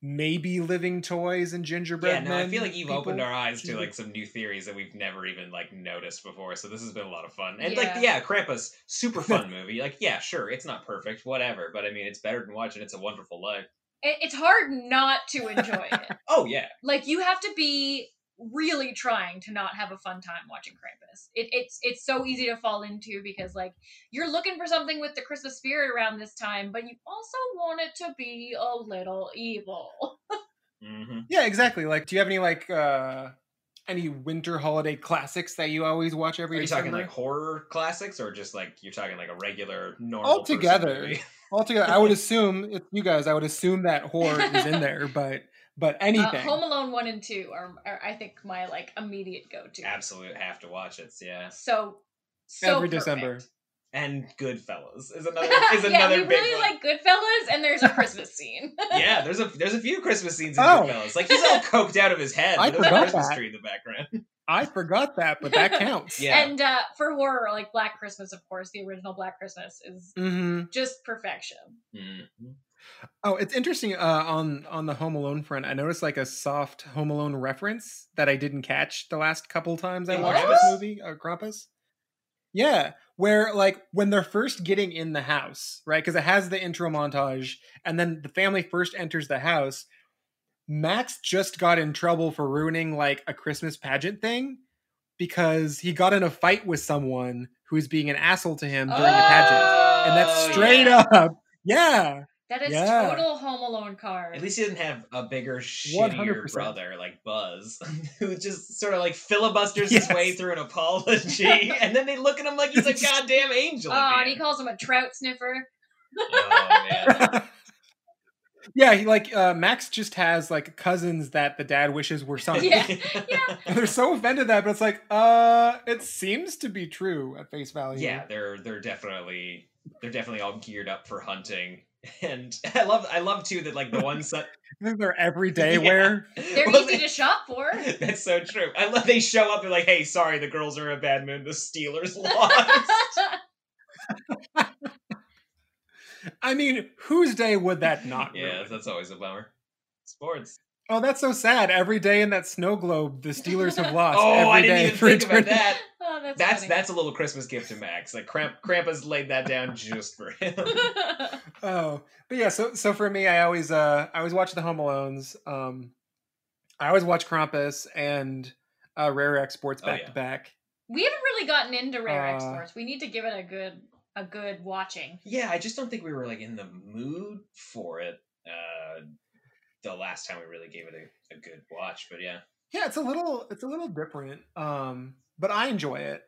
S9: maybe living toys and gingerbread.
S7: Yeah, no, I
S9: men
S7: feel like you've opened
S9: people.
S7: our eyes to like some new theories that we've never even like noticed before. So this has been a lot of fun. And
S10: Yeah.
S7: like, yeah, Krampus, super fun movie. Like, yeah, sure, it's not perfect, whatever, but I mean, it's better than watching It's a Wonderful Life.
S10: It, it's hard not to enjoy it.
S7: Oh yeah,
S10: Like you have to be really trying to not have a fun time watching Krampus. It, it's it's so easy to fall into because like you're looking for something with the Christmas spirit around this time, but you also want it to be a little evil. Uh,
S7: hmm
S9: Yeah, exactly. Like do you have any like uh any winter holiday classics that you always watch
S7: Are
S9: every
S7: you talking
S9: December?
S7: like horror classics or just like you're talking like a regular normal person
S9: Altogether.
S7: movie?
S9: altogether i would assume if you guys i would assume that horror is in there but but
S10: Uh,
S9: anything
S10: Home Alone 1 and 2 are, are I think my like immediate go-to.
S7: Absolute have to watch it. Yeah.
S10: So so
S9: Every December.
S10: perfect.
S7: and Goodfellas is another is
S10: yeah,
S7: another
S10: we
S7: big
S10: really
S7: one.
S10: like Goodfellas, and there's a Christmas scene.
S7: yeah, there's a there's a few Christmas scenes in
S9: Oh.
S7: Goodfellas. Like he's all coked out of his head.
S9: I
S7: but there's a
S9: forgot
S7: Christmas
S9: that.
S7: tree in the background.
S9: i forgot that but that counts
S7: Yeah,
S10: And uh, for horror, like Black Christmas, of course, the original Black Christmas is
S9: hmm
S10: just perfection.
S7: Mm.
S9: oh it's interesting uh on on the home alone front i noticed like a soft home alone reference that i didn't catch the last couple times i
S7: In
S9: watched
S7: Krampus?
S9: this movie uh, Krampus. yeah where like when they're first getting in the house right because it has the intro montage and then the family first enters the house Max just got in trouble for ruining like a Christmas pageant thing because he got in a fight with someone who was being an asshole to him during a pageant. And
S7: Oh,
S9: that's straight
S10: yeah.
S9: up. Yeah.
S10: That is
S9: Yeah.
S10: total Home Alone card.
S7: At least he didn't have a bigger, shittier
S9: 100%.
S7: brother like Buzz, who just sort of like filibusters his
S9: Yes.
S7: way through an apology, and then they look at him like he's a goddamn angel. at
S10: oh,
S7: the
S10: and he
S7: end.
S10: calls him a trout sniffer.
S7: oh man.
S9: yeah, he like uh, Max just has like cousins that the dad wishes were sons.
S10: Yeah.
S7: Oh,
S9: They're so offended that, but it's like, uh, it seems to be true at face value.
S7: yeah they're they're definitely they're definitely all geared up for hunting and i love i love too that like the one son
S9: I think they're everyday
S7: Yeah.
S9: wear.
S10: They're
S7: Well,
S10: easy to shop for.
S7: they- that's so true i love they show up and like hey sorry the girls are in a bad mood the steelers lost
S9: I mean, whose day would that not
S7: yeah
S9: ruin?
S7: that's always a bummer sports
S9: Oh, that's so sad. Every day in that snow globe, the Steelers have lost.
S7: Oh, I
S9: every
S7: didn't
S9: day
S7: even
S9: for
S7: think about
S9: eternity.
S7: that.
S10: Oh, that's
S7: That's
S10: funny.
S7: that's a little Christmas gift to Max. Like Kramp, Krampus laid that down just for him.
S9: Oh, but yeah. So so for me, I always uh I always watch the Home Alones. Um, I always watch Krampus and uh, Rare Exports
S7: Oh,
S9: back
S7: yeah.
S9: to back.
S10: we haven't really gotten into rare
S9: Uh,
S10: exports. We need to give it a good a good watching.
S7: yeah, I just don't think we were like in the mood for it. Uh, the last time we really gave it a, a good watch, but yeah,
S9: Yeah, it's a little it's a little different. Um, but I enjoy it.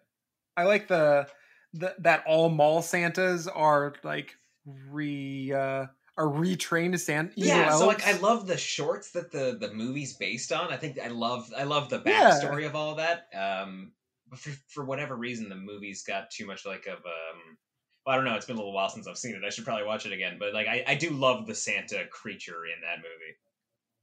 S9: I like the the that all mall Santas are like re uh are retrained to Santa.
S7: yeah. So like, I love the shorts that the the movie's based on. I think I love I love the
S9: Yeah.
S7: backstory of all that. Um, but for, for whatever reason, the movie's got too much like of um. Well, I don't know. It's been a little while since I've seen it. I should probably watch it again. But like, I, I do love the Santa creature in that movie.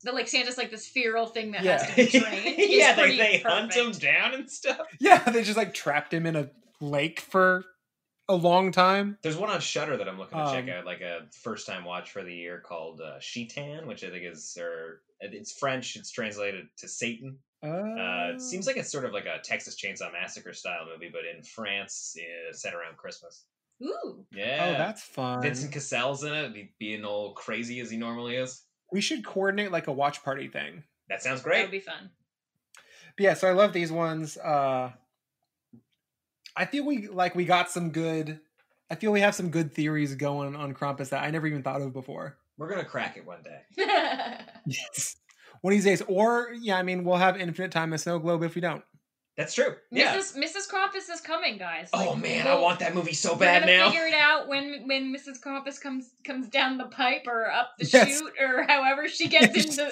S10: But like Santa's like this feral thing that
S9: Yeah.
S10: has to be trained. It's
S7: yeah, they,
S10: pretty
S7: they hunt him
S10: perfect.
S7: down and stuff.
S9: yeah, they just like trapped him in a lake for a long time.
S7: There's one on Shutter that I'm looking to check
S9: Um,
S7: out, like a first time watch for the year called uh, Shetan, which I think is or it's French. It's translated to Satan. Uh,
S9: Oh.
S7: it
S10: Um.
S7: seems like it's sort of like a Texas Chainsaw Massacre style movie, but in France, uh, set around Christmas.
S10: Ooh.
S9: Oh,
S7: Yeah,
S9: that's fun.
S7: Vincent Cassel's in it, be- being all crazy as he normally is.
S9: We should coordinate like a watch party thing.
S7: That sounds
S10: That
S7: great.
S10: would be fun.
S9: But yeah, so I love these ones. Uh I feel we like we got some good I feel we have some good theories going on Krampus that I never even thought of before.
S7: We're gonna crack it one day.
S9: Yes. One of these days. Or yeah, I mean we'll have infinite time in Snow Globe if we don't.
S7: That's true. Yeah.
S10: Mrs. Mrs. Krampus is coming, guys.
S7: Oh
S10: Like,
S7: man, I
S10: we'll-
S7: want that movie so
S10: We're
S7: bad
S10: gonna
S7: now.
S10: figure it out when when Mrs. Krampus comes comes down the pipe or up the
S9: Yes.
S10: chute or however she gets into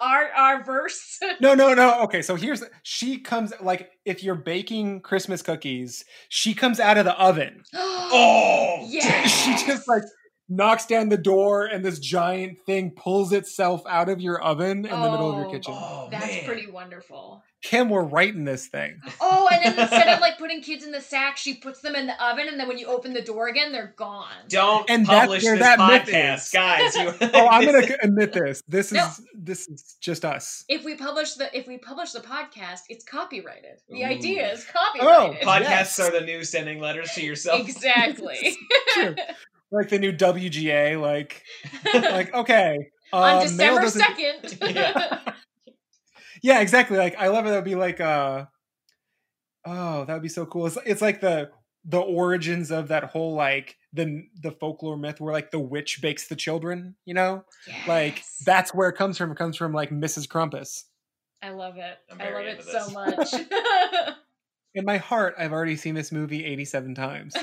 S10: our our verse.
S9: No, no, no. Okay, so here's she comes like if you're baking Christmas cookies, she comes out of the oven.
S7: Oh,
S9: she just like knocks down the door and this giant thing pulls itself out of your oven in the middle of your
S10: Oh.
S9: kitchen.
S7: oh
S10: That's
S7: man.
S10: pretty wonderful.
S9: Kim, we're writing this thing.
S10: Oh, and then instead of like putting kids in the sack, she puts them in the oven, and then when you open the door again, they're gone.
S7: Don't
S9: And that's
S7: publish
S9: where
S7: this
S9: that myth
S7: podcast,
S9: is.
S7: guys. You,
S9: Oh, I'm gonna admit this. This is
S10: No.
S9: this is just us.
S10: If we publish the if we publish the podcast, it's copyrighted. The
S7: Ooh.
S10: idea is copyrighted.
S9: Oh,
S7: Podcasts
S9: Yes.
S7: are the new sending letters to yourself.
S10: exactly.
S9: True. like the new WGA, like like okay.
S10: On
S9: uh, mail
S10: December
S9: doesn't-
S10: second.
S7: Yeah.
S9: Yeah, exactly. Like I love it. That would be like uh oh, that would be so cool. It's it's like the the origins of that whole like the the folklore myth where like the witch bakes the children, you know? Like that's where it comes from. It comes from like Mrs. Crumpus.
S10: I love it.
S7: I'm
S10: I love
S7: very
S10: it
S7: into
S10: so
S7: this.
S10: much.
S9: In my heart, I've already seen this movie 87 times.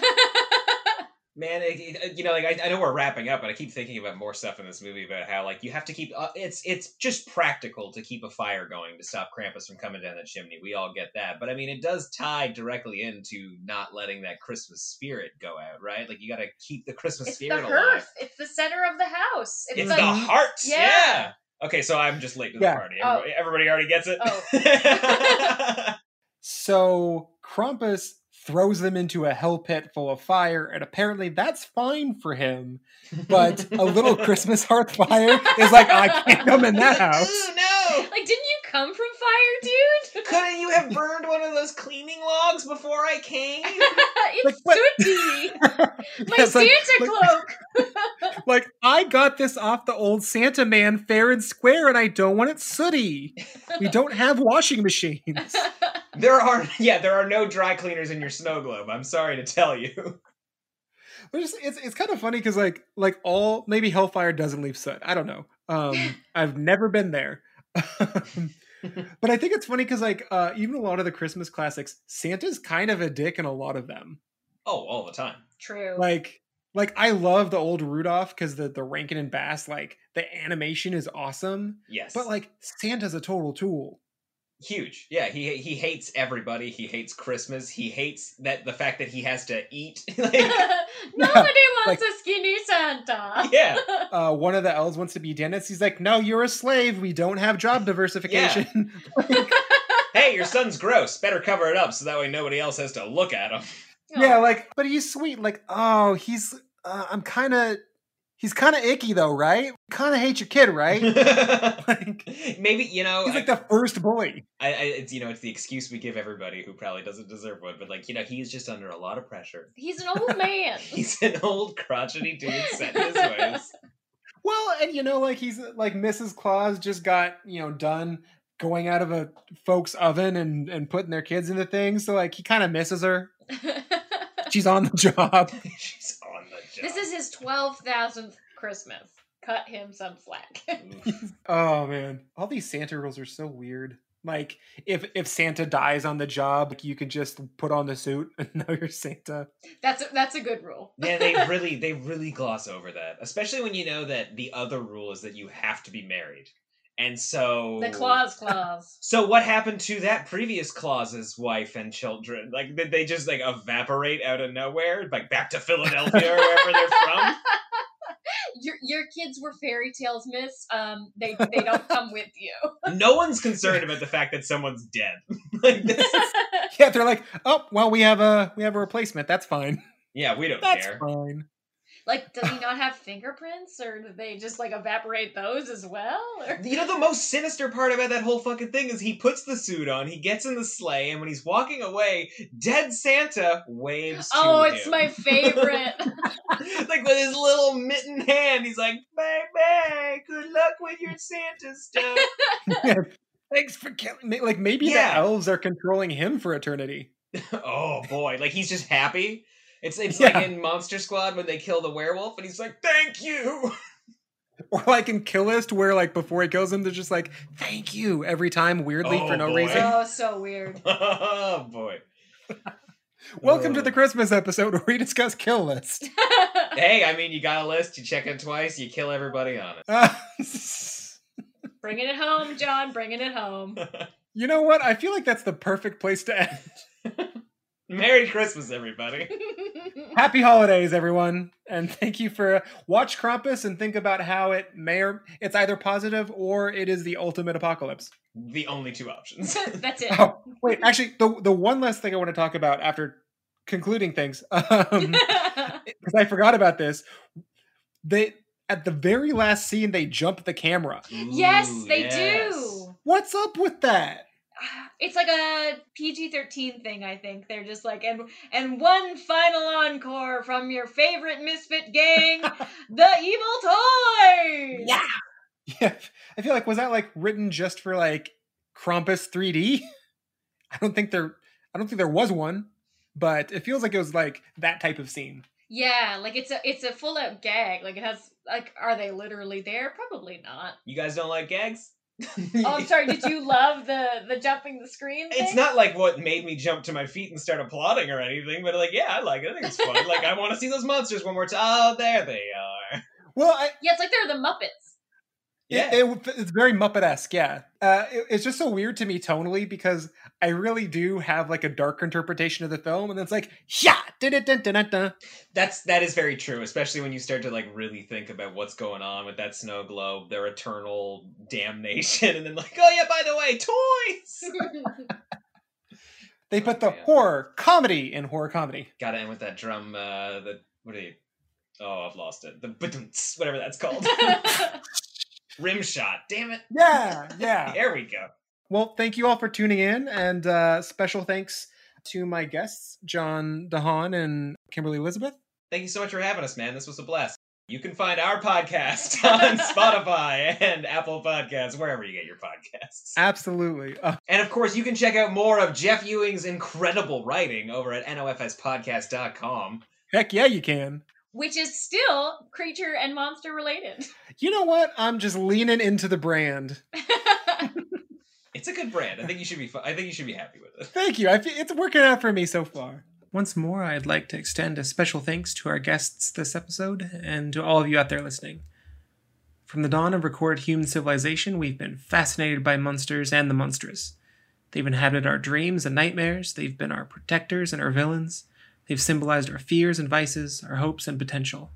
S7: Man, it, it- you know, like I, I know we're wrapping up, but I keep thinking about more stuff in this movie about how like you have to keep. Uh, it's it's just practical to keep a fire going to stop Krampus from coming down the chimney. We all get that, but I mean, it does tie directly into not letting that Christmas spirit go out, right? Like you got to keep the Christmas
S10: it's the
S7: spirit alive.
S10: hearth. It's the center of the house. It's,
S7: It's
S10: like
S7: the heart.
S10: Yeah.
S7: Yeah. Okay, so I'm just late to the
S9: Yeah.
S7: party.
S10: Oh.
S7: Everybody, everybody already gets it.
S9: So Krampus throws them into a hell pit full of fire, and apparently that's fine for him. But a little Christmas hearth fire is like, I can't come in that house.
S7: Ooh, no!
S10: like, didn't you come from fire, dude?
S7: Couldn't you have burned one of those cleaning logs before I came?
S10: it's
S9: Like, what-
S10: sooty. My
S9: Yes, like-
S10: Santa
S9: like-
S10: cloak.
S9: Like, I got this off the old Santa man fair and square, and I don't want it sooty. We don't have washing machines.
S7: There are yeah, there are no dry cleaners in your snow globe. I'm sorry to tell you.
S9: But it's it's, it's kind of funny because like like all maybe Hellfire doesn't leave soot. I don't know. Um, I've never been there. Um, but I think it's funny because like uh, even a lot of the Christmas classics, Santa's kind of a dick in a lot of them.
S7: Oh, all the time.
S10: True.
S9: Like like I love the old Rudolph because the the Rankin and Bass like the animation is awesome,
S7: Yes,
S9: but like Santa's a total tool.
S7: huge. Yeah, he he hates everybody. He hates Christmas. He hates that the fact that he has to eat. like,
S10: Nobody wants
S9: like-
S10: a skinny Santa.
S7: yeah,
S9: Uh, one of the elves wants to be Dennis. He's like, "No, you're a slave. We don't have job diversification."
S7: hey, your son's gross. Better cover it up so that way nobody else has to look at him.
S9: Oh. Yeah, like, but he's sweet. Like, oh, he's. Uh, I'm kind of He's kind of icky though, right? Kind of hate your kid, right? Like,
S7: Maybe you know
S9: he's
S7: I-
S9: like the first bully.
S7: I, I, it's you know it's the excuse we give everybody who probably doesn't deserve one, but like you know he's just under a lot of pressure.
S10: He's an old man.
S7: He's an old crotchety dude set in his ways.
S9: Well, and you know, like he's like Mrs. Claus just got you know done going out of a folks oven and and putting their kids into things, so like he kind of misses her. She's on the job.
S7: She's on the job.
S10: this is his twelve thousandth Christmas. Cut him some slack.
S9: Oh man, all these Santa rules are so weird. Like if if Santa dies on the job, like, you can just put on the suit and know you're Santa.
S10: that's a, that's a good rule.
S7: yeah, they really they really gloss over that, especially when you know that the other rule is that you have to be married, and so
S10: The claws claws.
S7: So what happened to that previous clause's wife and children? Like did they just like evaporate out of nowhere, like back to Philadelphia or wherever they're from?
S10: Your your kids were fairy tales, Miss. Um, they they don't come with you.
S7: No one's concerned about the fact that someone's dead. like this,
S9: Yeah, they're like, oh well, we have a we have a replacement. That's fine.
S7: yeah, we don't
S9: That's
S7: care.
S9: fine.
S10: Like, does he not have fingerprints, or do they just like evaporate those as well? Or...
S7: You know, the most sinister part about that whole fucking thing is he puts the suit on, he gets in the sleigh, and when he's walking away, dead Santa waves.
S10: Oh,
S7: to
S10: it's
S7: him.
S10: my favorite.
S7: like with his little mitten hand, he's like, "Baby, good luck with your Santa stuff."
S9: Thanks for killing me. Like maybe
S7: Yeah.
S9: the elves are controlling him for eternity.
S7: oh boy, like he's just happy. It's it's
S9: Yeah.
S7: like in Monster Squad when they kill the werewolf, and he's like, "Thank you."
S9: Or like in Kill List, where like before he kills him, they're just like, thank you every time, weirdly
S7: Oh,
S9: for no
S7: boy.
S9: reason.
S10: oh, so weird.
S7: oh boy.
S9: Welcome to
S7: Oh.
S9: the Christmas episode where we discuss Kill List.
S7: Hey, I mean, you got a list. You check it twice. You kill everybody on it.
S9: Uh,
S10: bringing it home, John. Bringing it home.
S9: you know what? I feel like that's the perfect place to end.
S7: Merry Christmas, everybody.
S9: Happy holidays, everyone, and thank you for uh, watch Krampus and think about how it may or it's either positive or it is the ultimate apocalypse.
S7: the only two options.
S10: That's it.
S9: Oh, wait, actually, the the one last thing I want to talk about after concluding things. Um, because I forgot about this. They at the very last scene they jump the camera.
S10: yes,
S7: Ooh,
S10: they
S7: yes.
S10: do.
S9: What's up with that?
S10: It's like a PG thirteen thing. I think they're just like and and one final encore from your favorite misfit gang, the evil toys. Yeah.
S9: Yeah, I feel like was that like written just for like Krampus 3D? I don't think there I don't think there was one, but it feels like it was like that type of scene.
S10: Yeah, like it's a it's a full out gag. Like it has like are they literally there? Probably not.
S7: You guys don't like gags?
S10: Oh, I'm sorry. Did you love the the jumping the screen? Thing?
S7: It's not like what made me jump to my feet and start applauding or anything, but like, yeah, I like it. I think it's fun. like, I want to see those monsters one more time. Oh, there they are.
S9: Well, I,
S10: Yeah, it's like they're the Muppets.
S7: Yeah.
S9: It, it- it's very Muppet-esque, yeah. Uh, it- it's just so weird to me tonally because I really do have like a dark interpretation of the film, and it's like, yeah, da-da-da-da-da-da.
S7: That's that is very true, especially when you start to like really think about what's going on with that snow globe, their eternal damnation, and then like, oh yeah, by the way, toys.
S9: they put the
S7: man.
S9: horror comedy in horror comedy.
S7: Gotta end with that drum. Uh, the what are you? Oh, I've lost it. The ba-dum-ts, whatever that's called. Rim shot. Damn it.
S9: Yeah, yeah.
S7: There we go.
S9: Well, thank you all for tuning in, and uh, special thanks to my guests, John DeHaan and Kimberly Elizabeth.
S7: Thank you so much for having us, man. This was a blast. You can find our podcast on Spotify and Apple Podcasts, wherever you get your podcasts.
S9: Absolutely. Uh,
S7: And of course, you can check out more of Jeff Ewing's incredible writing over at nofspodcast.com.
S9: heck yeah, you can.
S10: Which is still creature and monster related.
S9: You know what? I'm just leaning into the brand.
S7: It's a good brand. I think you should be. Fu- I think you should be happy with it.
S9: Thank you. I fe- it's working out for me so far. Once more, I'd like to extend a special thanks to our guests this episode and to all of you out there listening. From the dawn of recorded human civilization, we've been fascinated by monsters and the monstrous. They've inhabited our dreams and nightmares, they've been our protectors and our villains, they've symbolized our fears and vices, our hopes and potential.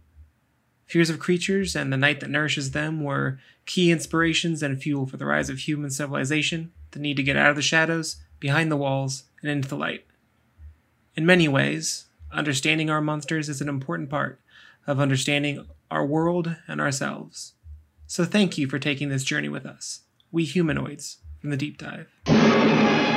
S9: Fears of creatures and the night that nourishes them were key inspirations and fuel for the rise of human civilization, the need to get out of the shadows, behind the walls, and into the light. In many ways, understanding our monsters is an important part of understanding our world, and ourselves. So thank you for taking this journey with us, we humanoids, from the deep dive.